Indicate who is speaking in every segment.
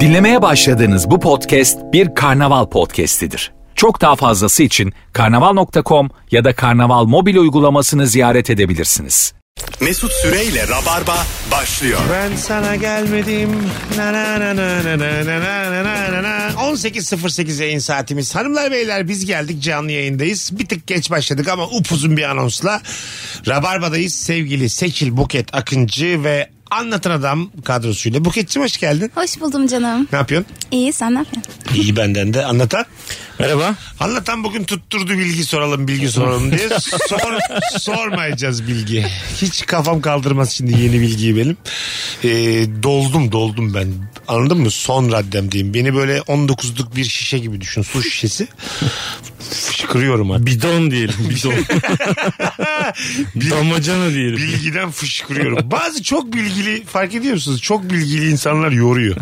Speaker 1: Dinlemeye başladığınız bu podcast bir karnaval podcastidir. Çok daha fazlası için karnaval.com ya da karnaval mobil uygulamasını ziyaret edebilirsiniz.
Speaker 2: Mesut Süreyle Rabarba başlıyor.
Speaker 3: Ben sana gelmedim. Na na na na na na na na na na na. 18.08 yayın saatimiz. Hanımlar beyler biz geldik canlı yayındayız. Bir tık geç başladık ama upuzun bir anonsla. Rabarba'dayız sevgili Seçil Buket Akıncı ve Anlatan Adam kadrosuyla. Buket'cim hoş geldin.
Speaker 4: Hoş buldum canım.
Speaker 3: Ne yapıyorsun?
Speaker 4: İyi sen ne yapıyorsun?
Speaker 3: İyi benden de. Anlatan?
Speaker 5: Merhaba.
Speaker 3: Anlatan bugün tutturdu bilgi soralım bilgi soralım diye. Sor, sormayacağız bilgi. Hiç kafam kaldırmaz şimdi yeni bilgiyi benim. Ee, doldum doldum ben. Anladın mı? Son raddem diyeyim. Beni böyle 19'luk bir şişe gibi düşün. Su şişesi. Fışkırıyorum artık.
Speaker 5: Bidon diyelim. Bidon. Damacana diyelim.
Speaker 3: Bilgiden fışkırıyorum. Bazı çok bilgili fark ediyor musunuz? Çok bilgili insanlar yoruyor.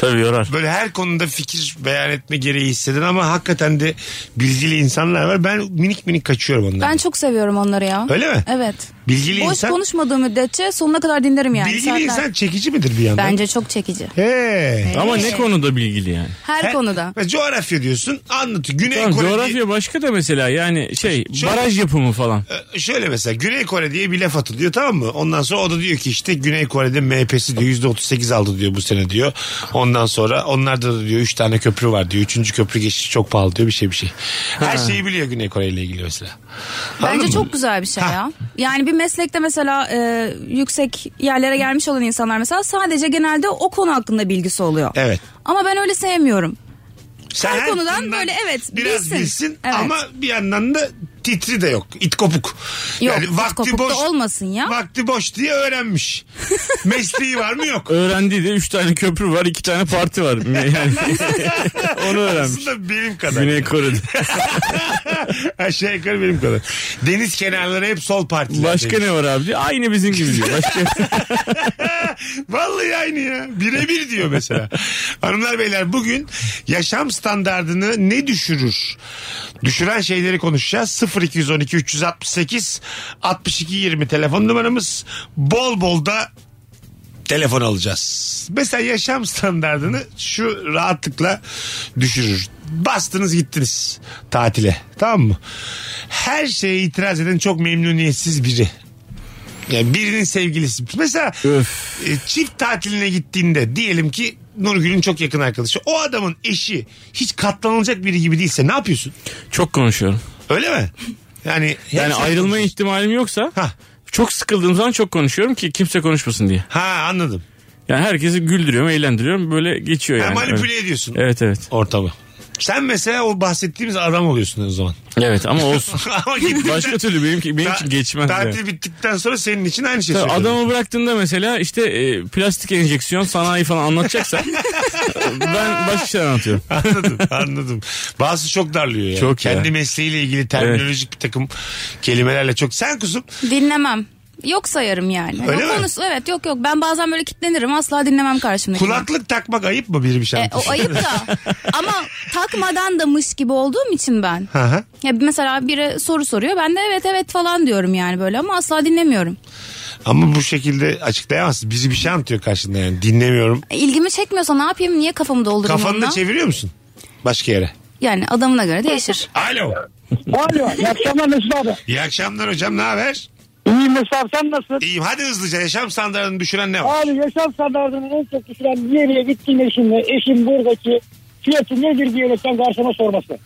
Speaker 5: Tabii yorar.
Speaker 3: böyle her konuda fikir beyan etme gereği hisseden ama hakikaten de bilgili insanlar var. Ben minik minik kaçıyorum ondan.
Speaker 4: Ben çok seviyorum onları ya.
Speaker 3: Öyle mi?
Speaker 4: Evet.
Speaker 3: Bilgili
Speaker 4: Boş
Speaker 3: insan
Speaker 4: konuşmadığı müddetçe sonuna kadar dinlerim yani.
Speaker 3: bilgili
Speaker 4: saatler.
Speaker 3: insan çekici midir bir yandan?
Speaker 4: Bence çok çekici.
Speaker 3: He.
Speaker 5: Ama ne konuda bilgili yani?
Speaker 4: Her
Speaker 3: He-
Speaker 4: konuda.
Speaker 3: Ve coğrafya diyorsun. Anlatıyor. Güney
Speaker 5: Tamam,
Speaker 3: Kore
Speaker 5: coğrafya başka da mesela yani şey
Speaker 3: Şöyle-
Speaker 5: baraj yapımı falan.
Speaker 3: diye- e, şöyle mesela Güney Kore diye bir laf atılıyor tamam mı? Ondan sonra o da diyor ki işte Güney Kore'de MHP'si diyor %38 aldı diyor bu sene diyor. Ondan sonra onlarda da diyor 3 tane köprü var diyor. 3. köprü geçişi çok pahalı diyor bir şey bir şey. Her şeyi biliyor Güney Kore ile ilgili mesela. Anladın
Speaker 4: Bence
Speaker 3: mı?
Speaker 4: çok güzel bir şey ya. Yani bir meslekte mesela e, yüksek yerlere gelmiş olan insanlar mesela sadece genelde o konu hakkında bilgisi oluyor.
Speaker 3: Evet.
Speaker 4: Ama ben öyle sevmiyorum.
Speaker 3: Sen
Speaker 4: Her konudan
Speaker 3: konudan
Speaker 4: böyle evet,
Speaker 3: biraz bilsin,
Speaker 4: bilsin. Evet.
Speaker 3: ama bir yandan da titri de yok. İt kopuk.
Speaker 4: Yok, it kopuk da olmasın ya.
Speaker 3: Vakti boş diye öğrenmiş. Mesleği var mı yok.
Speaker 5: Öğrendiği de 3 tane köprü var 2 tane parti var. Yani onu öğrenmiş.
Speaker 3: Aslında benim kadar.
Speaker 5: Güney Kore'de.
Speaker 3: Aşağı yukarı benim kadar. Deniz kenarları hep sol partiler.
Speaker 5: Başka ne var abi diyor. Aynı bizim gibi diyor. Başka
Speaker 3: Vallahi aynı ya. Birebir diyor mesela. Hanımlar beyler bugün yaşam standardını ne düşürür? Düşüren şeyleri konuşacağız. 0212 368 62 20 telefon numaramız. Bol bol da telefon alacağız. Mesela yaşam standardını şu rahatlıkla düşürür. Bastınız gittiniz tatile. Tamam mı? Her şeye itiraz eden çok memnuniyetsiz biri. Yani birinin sevgilisi. Mesela
Speaker 5: Öf.
Speaker 3: e, çift tatiline gittiğinde diyelim ki Nurgül'ün çok yakın arkadaşı. O adamın eşi hiç katlanılacak biri gibi değilse ne yapıyorsun?
Speaker 5: çok konuşuyorum.
Speaker 3: Öyle mi? Yani
Speaker 5: Yani ayrılma ihtimalim yoksa
Speaker 3: Ha.
Speaker 5: çok sıkıldığım zaman çok konuşuyorum ki kimse konuşmasın diye.
Speaker 3: Ha anladım.
Speaker 5: Yani herkesi güldürüyorum, eğlendiriyorum. Böyle geçiyor
Speaker 3: Ha,
Speaker 5: yani.
Speaker 3: manipüle
Speaker 5: Evet.
Speaker 3: ediyorsun
Speaker 5: Evet evet.
Speaker 3: ortamı. Sen mesela o bahsettiğimiz adam oluyorsun o zaman.
Speaker 5: Evet ama olsun.
Speaker 3: Ama gittikten-
Speaker 5: Başka türlü benimki benim
Speaker 3: Ta-
Speaker 5: için geçmez. yani.
Speaker 3: Tatil bittikten sonra senin için aynı şey
Speaker 5: Tabii
Speaker 3: söylüyorum.
Speaker 5: adamı bıraktığında mesela işte e, plastik enjeksiyon sanayi falan anlatacaksa ben başka şeyler anlatıyorum.
Speaker 3: Anladım anladım. Bazı çok darlıyor ya.
Speaker 5: Çok ya.
Speaker 3: Kendi mesleğiyle ilgili terminolojik bir takım kelimelerle çok. Sen kuzum
Speaker 4: Dinlemem. Yok sayarım yani.
Speaker 3: Öyle
Speaker 4: O
Speaker 3: mi?
Speaker 4: konusu- evet yok yok. Ben bazen böyle kitlenirim asla dinlemem karşımdakini.
Speaker 3: kulaklık takmak ayıp mı bir bir şey?
Speaker 4: E, o ayıp da ama takmadan da mış gibi olduğum için ben.
Speaker 3: Hı hı.
Speaker 4: Ya mesela biri soru soruyor ben de evet evet falan diyorum yani böyle ama asla dinlemiyorum.
Speaker 3: Ama bu şekilde açıklayamazsın. Bizi bir şey anlatıyor karşında yani. Dinlemiyorum.
Speaker 4: E, İlgimi çekmiyorsa ne yapayım niye kafamı doldurayım
Speaker 3: Kafanı da
Speaker 4: onunla?
Speaker 3: çeviriyor musun? Başka yere.
Speaker 4: yani adamına göre değişir.
Speaker 3: Alo.
Speaker 6: Alo, iyi akşamlar Mesut abi.
Speaker 3: İyi akşamlar hocam. Ne haber?
Speaker 6: İyi Mesut abi sen nasılsın?
Speaker 3: İyiyim. Hadi hızlıca yaşam standartını düşüren ne var?
Speaker 6: Abi yaşam standartının en çok düşüren bir yere gittiğinde şimdi eşim buradaki fiyatı nedir diyerekten garsona sorması.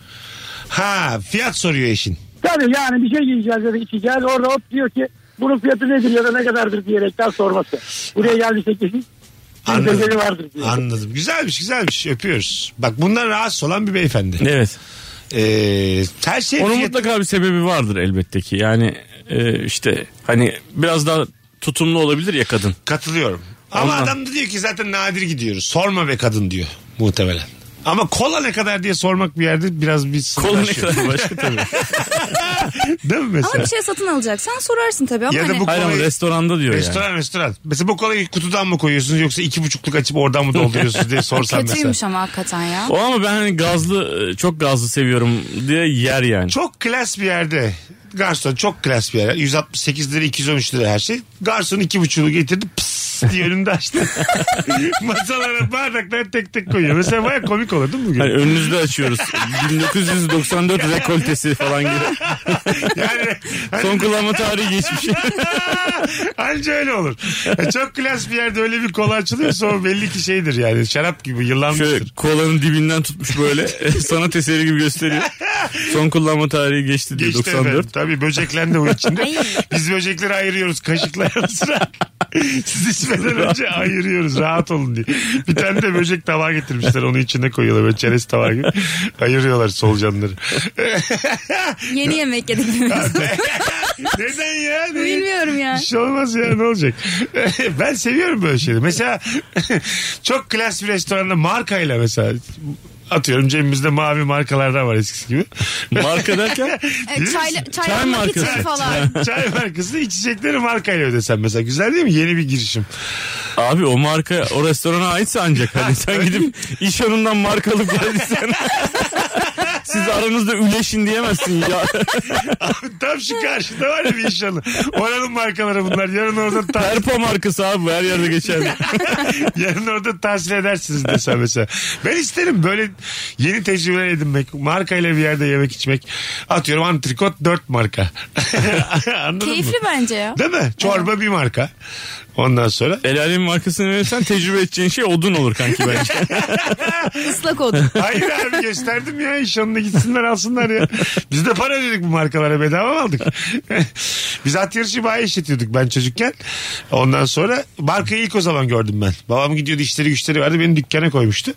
Speaker 3: Ha fiyat soruyor eşin.
Speaker 6: Tabii yani bir şey yiyeceğiz ya da içeceğiz. Orada hop diyor ki bunun fiyatı nedir ya da ne kadardır diyerekten sorması. Buraya geldiysek kesin. Bir
Speaker 3: Anladım.
Speaker 6: bedeli vardır diyor.
Speaker 3: Anladım. Güzelmiş güzelmiş. Öpüyoruz. Bak bundan rahatsız olan bir beyefendi.
Speaker 5: Evet.
Speaker 3: Ee, her şey
Speaker 5: Onun
Speaker 3: fiyat-
Speaker 5: mutlaka bir sebebi vardır elbette ki. Yani e, işte hani biraz daha tutumlu olabilir ya kadın.
Speaker 3: Katılıyorum. Ama
Speaker 5: Ondan.
Speaker 3: adam da diyor ki zaten nadir gidiyoruz. Sorma be kadın diyor muhtemelen. Ama kola ne kadar diye sormak bir yerde biraz bir
Speaker 5: Kolu ne
Speaker 3: sınırlaşıyor.
Speaker 5: kadar başka tabii.
Speaker 3: Değil mi mesela?
Speaker 4: Ama bir şey satın alacaksan sorarsın tabii ama
Speaker 3: Ya da
Speaker 4: hani,
Speaker 3: bu-
Speaker 5: Hayır ama
Speaker 3: Kolayı-
Speaker 5: restoranda diyor yani.
Speaker 3: Restoran restoran. Mesela bu kolayı kutudan mı koyuyorsunuz yoksa iki buçukluk açıp oradan mı dolduruyorsunuz diye sorsam mesela.
Speaker 4: kötüymüş ama hakikaten ya.
Speaker 5: O ama ben hani gazlı e, çok gazlı seviyorum diye yer yani.
Speaker 3: Çok klas bir yerde. Garson çok klas bir yer. 168 lira 213 lira her şey. Garson iki buçuğu getirdi. Pıs. diye önümde açtı. Masalara bardakları tek tek koyuyor. Mesela baya komik olur değil mi bugün?
Speaker 5: Hani önünüzde açıyoruz. 1994 rekoltesi falan gibi.
Speaker 3: Yani hani,
Speaker 5: Son kullanma tarihi geçmiş.
Speaker 3: Anca öyle olur. E, Çok klas bir yerde öyle bir kola açılıyorsa o belli ki şeydir yani. Şarap gibi yıllanmıştır.
Speaker 5: Şöyle kolanın dibinden tutmuş böyle e, sanat eseri gibi gösteriyor. Son kullanma tarihi geçti diyor
Speaker 3: Geçti
Speaker 5: 94.
Speaker 3: efendim. Tabii böceklendi o içinde.
Speaker 4: Ay.
Speaker 3: Biz böcekleri ayırıyoruz kaşıkla ara sıra. Siz içmeden önce ayırıyoruz rahat olun diye. Bir tane de böcek tabağı getirmişler onu içine koyuyorlar böyle çerez tabağı gibi. Ayırıyorlar E, solucanları.
Speaker 4: Yeni yemek yedik. biz.
Speaker 3: Neden ya? Ne-
Speaker 4: Bilmiyorum ya.
Speaker 3: Bir şey olmaz ya ne olacak? ben seviyorum böyle şeyleri. Mesela çok klas bir restoranda markayla mesela atıyorum cebimizde mavi markalardan var eskisi gibi.
Speaker 5: Marka derken
Speaker 4: E, Çay, çay
Speaker 5: Çay
Speaker 4: almak
Speaker 5: markası.
Speaker 4: için falan.
Speaker 3: Çay markası içecekleri markayla ödesen mesela. Güzel değil mi? Yeni bir girişim.
Speaker 5: abi o marka o restorana aitse ancak hani sen gidip iş yanından marka alıp geldiysen siz aranızda üleşin diyemezsin ya.
Speaker 3: Tam şu karşıda var ya bir iş alanı. Oranın markaları bunlar. Yarın orada ta-
Speaker 5: Perpa markası abi bu, her yerde geçer.
Speaker 3: yarın orada tahsil edersiniz desem mesela. Ben isterim böyle yeni tecrübeler edinmek. Markayla bir yerde yemek içmek. Atıyorum antrikot dört marka. Anladın mı?
Speaker 4: Keyifli bence ya.
Speaker 3: Değil mi? Çorba bir marka. Ondan sonra
Speaker 5: El alemin markasını verirsen tecrübe edeceğin şey odun olur kanki bence.
Speaker 4: Islak oldu.
Speaker 3: Hayır abi gösterdim ya iş yanına gitsinler alsınlar ya. Biz de para ödedik bu markalara bedava mı aldık? Biz at yarışı bayi işletiyorduk ben çocukken. Ondan sonra markayı ilk o zaman gördüm ben. Babam gidiyordu işleri güçleri vardı beni dükkana koymuştu.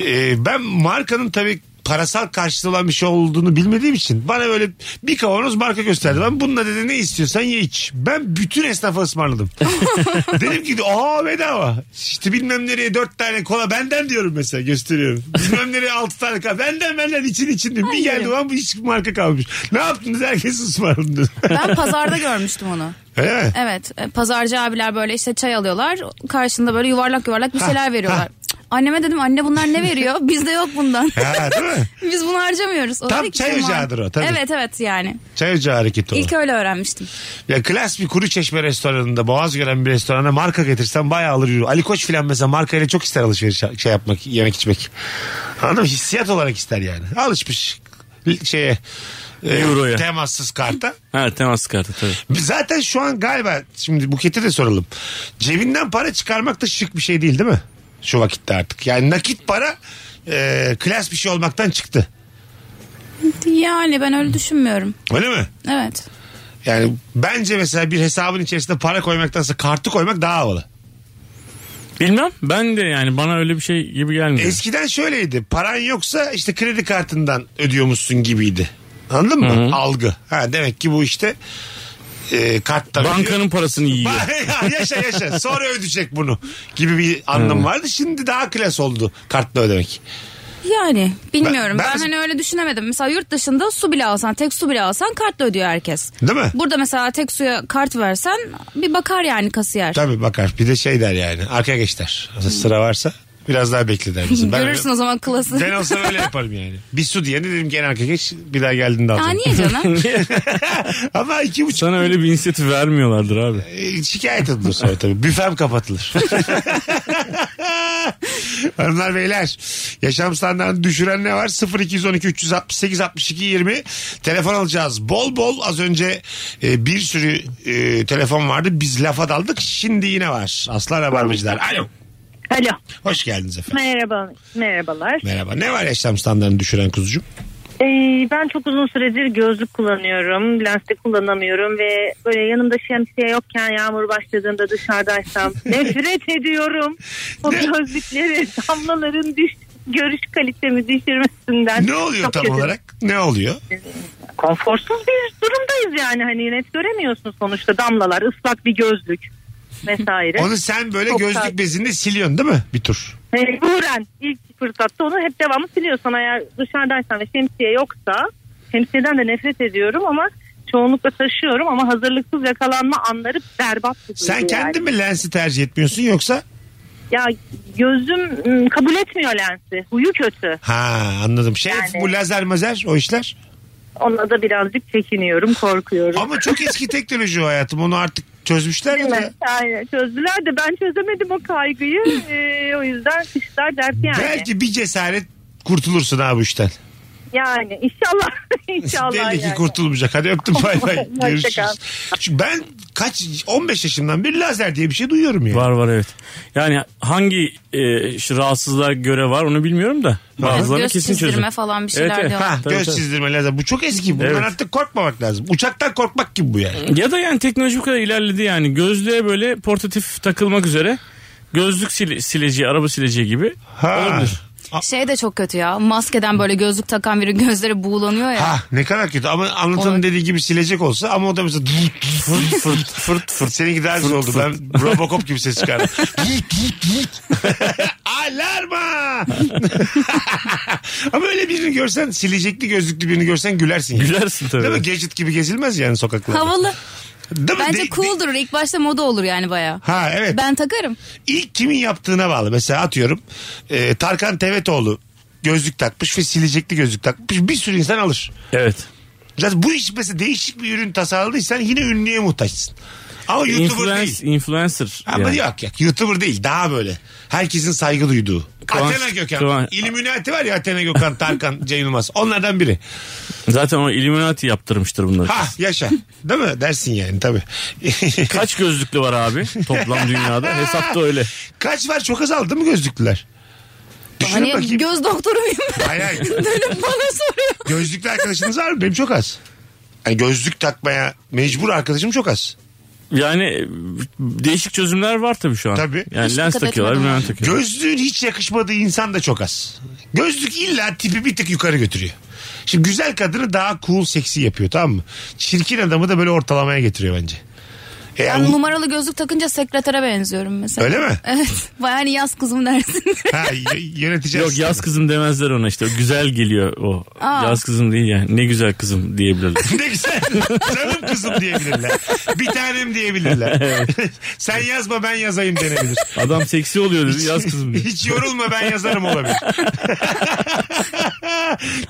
Speaker 3: Ee, ben markanın tabii parasal karşılığı olan bir şey olduğunu bilmediğim için bana böyle bir kavanoz marka gösterdi. Ben bununla dedi ne istiyorsan ye iç. Ben bütün esnafa ısmarladım. Dedim ki aa bedava. İşte bilmem nereye dört tane kola benden diyorum mesela gösteriyorum. Bilmem nereye altı tane kola benden benden için için diyorum. Bir geldi ulan bu hiç marka kalmış. Ne yaptınız herkes ısmarladı dedim.
Speaker 4: Ben pazarda görmüştüm onu.
Speaker 3: Öyle mi?
Speaker 4: Evet. e, Pazarcı abiler böyle işte çay alıyorlar. Karşında böyle yuvarlak yuvarlak bir şeyler veriyorlar. Cık, Anneme dedim anne bunlar ne veriyor? Bizde yok bundan.
Speaker 3: Ha, değil mi?
Speaker 4: Biz bunu harcamıyoruz. O
Speaker 3: Tam
Speaker 4: dedi ki,
Speaker 3: çay
Speaker 4: "Tamam."
Speaker 3: ocağıdır o, tabii.
Speaker 4: Evet evet yani.
Speaker 3: Çay ocağı hareketi o.
Speaker 4: İlk öyle öğrenmiştim.
Speaker 3: Ya klas bir kuru çeşme restoranında boğaz gören bir restorana marka getirsen bayağı alır yürü. Ali Koç filan mesela markayla çok ister alışveriş şey yapmak yemek içmek. Anladın mı? Hissiyat olarak ister yani. Alışmış şeye e,
Speaker 5: Euro'ya.
Speaker 3: temassız karta.
Speaker 5: ha temas kartı tabii.
Speaker 3: Zaten şu an galiba şimdi Buket'e de soralım. Cebinden para çıkarmak da şık bir şey değil değil mi? Şu vakitte artık. Yani nakit para e, klas bir şey olmaktan çıktı.
Speaker 4: Yani ben öyle düşünmüyorum.
Speaker 3: Öyle mi?
Speaker 4: Evet.
Speaker 3: Yani bence mesela bir hesabın içerisinde para koymaktansa kartı koymak daha havalı.
Speaker 5: Bilmem ben de yani bana öyle bir şey gibi gelmiyor.
Speaker 3: Eskiden şöyleydi. Paran yoksa işte kredi kartından ödüyormuşsun gibiydi. Anladın mı? Algı. Ha demek ki bu işte e, karttan ödüyor.
Speaker 5: Bankanın parasını yiyor.
Speaker 3: Ya yaşa yaşa. Sonra ödeyecek bunu gibi bir anlam vardı. Şimdi daha klas oldu kartla ödemek.
Speaker 4: Yani bilmiyorum.
Speaker 3: Ben-
Speaker 4: Ben,
Speaker 3: ben-
Speaker 4: hani öyle düşünemedim. Mesela yurt dışında su bile alsan, tek su bile alsan kartla ödüyor herkes.
Speaker 3: Değil mi?
Speaker 4: Burada mesela tek suya kart versen bir bakar yani kasiyer.
Speaker 3: Tabii bakar. Bir de şey der yani. Arkaya geç der. Mesela Sıra varsa biraz daha bekle der. Bizim. Ben,
Speaker 4: Görürsün o zaman klası.
Speaker 3: ben olsam öyle yaparım yani. Bir su diye dedim ki en arkaya geç. Bir daha geldiğinde
Speaker 4: Ya
Speaker 3: alacağım.
Speaker 4: niye canım?
Speaker 3: Ama iki buçuk
Speaker 5: Sana öyle bir inisiyatif vermiyorlardır abi.
Speaker 3: E, şikayet edilir sonra tabii. Büfem kapatılır. Hanımlar beyler yaşam standartını düşüren ne var? 0212 368 62 20 telefon alacağız. Bol bol az önce e, bir sürü e, telefon vardı. Biz lafa daldık. Şimdi yine var. Aslan Rabarbacılar. Alo.
Speaker 7: Alo.
Speaker 3: Hoş geldiniz efendim.
Speaker 7: Merhaba, merhabalar.
Speaker 3: Merhaba. Ne var yaşam standartını düşüren kuzucuğum?
Speaker 7: Ee, ben çok uzun süredir gözlük kullanıyorum. Lens de kullanamıyorum ve böyle yanımda şemsiye yokken yağmur başladığında dışarıdaysam nefret ediyorum. O
Speaker 3: Ne?
Speaker 7: gözlükleri, damlaların düş, görüş kalitemi düşürmesinden.
Speaker 3: Ne oluyor
Speaker 7: Çok
Speaker 3: tam
Speaker 7: kötü.
Speaker 3: olarak? Ne oluyor?
Speaker 7: Konforsuz bir durumdayız yani hani net göremiyorsun sonuçta damlalar, ıslak bir gözlük vesaire.
Speaker 3: Onu sen böyle
Speaker 7: Çok
Speaker 3: gözlük
Speaker 7: sert.
Speaker 3: bezinde siliyorsun değil mi? Bir tur.
Speaker 7: Mecburen ilk fırsatta onu hep devamı siliyorsan eğer dışarıdaysan ve şemsiye yoksa şemsiyeden de nefret ediyorum ama çoğunlukla taşıyorum ama hazırlıksız yakalanma anları berbat. bir duygu
Speaker 3: Sen
Speaker 7: yani.
Speaker 3: kendin mi lensi tercih etmiyorsun yoksa?
Speaker 7: Ya gözüm ım, kabul etmiyor lensi. Huyu kötü.
Speaker 3: Ha anladım. Şey
Speaker 7: Yani.
Speaker 3: bu lazer mazer o işler.
Speaker 7: Ona da birazcık çekiniyorum, korkuyorum.
Speaker 3: Ama çok eski teknoloji o hayatım. Onu artık çözmüşler
Speaker 7: Değil
Speaker 3: mi?
Speaker 7: mi? Aynen çözdüler de ben çözemedim o kaygıyı. Ee, o yüzden kışlar dert yani.
Speaker 3: Belki bir cesaret kurtulursun abi bu işten.
Speaker 7: Yani inşallah. inşallah
Speaker 3: Belli ki
Speaker 7: yani.
Speaker 3: kurtulmayacak. Hadi öptüm bay bay.
Speaker 7: Hoşça
Speaker 3: Görüşürüz.
Speaker 7: kal.
Speaker 3: Çünkü ben kaç 15 yaşımdan bir lazer diye bir şey duyuyorum ya.
Speaker 5: Var var evet. Yani hangi e, şu rahatsızlığa göre var onu bilmiyorum da. Bazılarını
Speaker 4: Göz
Speaker 5: kesin
Speaker 4: çizdirme
Speaker 5: çözüm.
Speaker 4: falan bir şeyler
Speaker 5: Evet, evet.
Speaker 4: diyorlar.
Speaker 3: Ha,
Speaker 5: Tabii,
Speaker 3: göz
Speaker 5: tabii.
Speaker 3: çizdirme lazer. Bu çok eski. Bundan
Speaker 5: Evet.
Speaker 3: artık korkmamak lazım. Uçaktan korkmak gibi bu yani.
Speaker 5: Ya da yani teknoloji bu kadar ilerledi yani. Gözlüğe böyle portatif takılmak üzere gözlük sile- sileceği, araba sileceği gibi
Speaker 3: Ha.
Speaker 5: olabilir.
Speaker 4: Şey de çok kötü ya. Maskeden böyle gözlük takan biri gözleri buğulanıyor ya.
Speaker 3: Ha ne kadar kötü ama anlatanın
Speaker 4: Olur.
Speaker 3: dediği gibi silecek olsa ama o da mesela dut, dut,
Speaker 5: Fırt fırt fırt fırt.
Speaker 3: seninki daha güzel oldu ben Robocop gibi ses çıkardım. Dut, dut, dut. Alarma! ama öyle birini görsen silecekli gözlüklü birini görsen gülersin. yani.
Speaker 5: Gülersin tabii.
Speaker 3: Değil mi? Gadget gibi gezilmez yani sokaklarda.
Speaker 4: Havalı.
Speaker 3: Değil mi?
Speaker 4: Bence
Speaker 3: De-
Speaker 4: cool durur. İlk başta moda olur yani baya.
Speaker 3: Ha evet.
Speaker 4: Ben takarım.
Speaker 3: İlk kimin yaptığına bağlı. Mesela atıyorum e, Tarkan Tevetoğlu gözlük takmış ve silecekli gözlük takmış. Bir sürü insan alır.
Speaker 5: Evet.
Speaker 3: Zaten bu iş mesela değişik bir ürün tasarladıysan yine ünlüye muhtaçsın. Ama YouTuber değil.
Speaker 5: E, Influence, influencer.
Speaker 3: Ama
Speaker 5: yani.
Speaker 3: yok yok YouTuber değil daha böyle. Herkesin saygı duyduğu.
Speaker 5: Kıvanç-
Speaker 3: Athena Gökhan.
Speaker 5: Kıvanç-
Speaker 3: İlluminati var ya Athena Gökhan, Tarkan, Cem Yılmaz. Onlardan biri.
Speaker 5: Zaten o Illuminati yaptırmıştır bunları.
Speaker 3: Ha yaşa. Değil mi? Dersin yani tabii.
Speaker 5: Kaç gözlüklü var abi toplam dünyada? Hesapta öyle.
Speaker 3: Kaç var çok azaldı değil mi gözlüklüler? Düşünün
Speaker 4: Hani
Speaker 3: bakayım.
Speaker 4: göz doktoru muyum ben?
Speaker 3: Hayır, hayır.
Speaker 4: Dönüp bana soruyor.
Speaker 3: Gözlüklü arkadaşınız var mı? Benim çok az. Yani gözlük takmaya mecbur arkadaşım çok az.
Speaker 5: Yani e, değişik çözümler var tabii şu an.
Speaker 3: Tabii.
Speaker 5: Yani
Speaker 4: Hiç
Speaker 5: lens
Speaker 4: dikkat
Speaker 5: takıyorlar,
Speaker 4: etmedim.
Speaker 5: bilmem ne takıyorlar.
Speaker 3: Gözlüğün hiç yakışmadığı insan da çok az. Gözlük illa tipi bir tık yukarı götürüyor. Şimdi güzel kadını daha cool seksi yapıyor tamam mı? Çirkin adamı da böyle ortalamaya getiriyor bence. E,
Speaker 4: Ben
Speaker 3: yani-
Speaker 4: numaralı gözlük takınca sekretere benziyorum mesela.
Speaker 3: öyle mi?
Speaker 4: Evet. Baya hani yaz kızım dersin.
Speaker 3: Ha, y- yönetici
Speaker 5: Yok
Speaker 3: asistanı.
Speaker 5: yaz kızım demezler ona işte. O Güzel geliyor o.
Speaker 4: Aa.
Speaker 5: Yaz kızım değil yani. Ne güzel kızım diyebilirler.
Speaker 3: Ne güzel. Canım kızım diyebilirler. Bir tanem diyebilirler. Sen yazma ben yazayım denebilir.
Speaker 5: Adam seksi oluyor dedi yaz kızım diye.
Speaker 3: Hiç yorulma ben yazarım olabilir.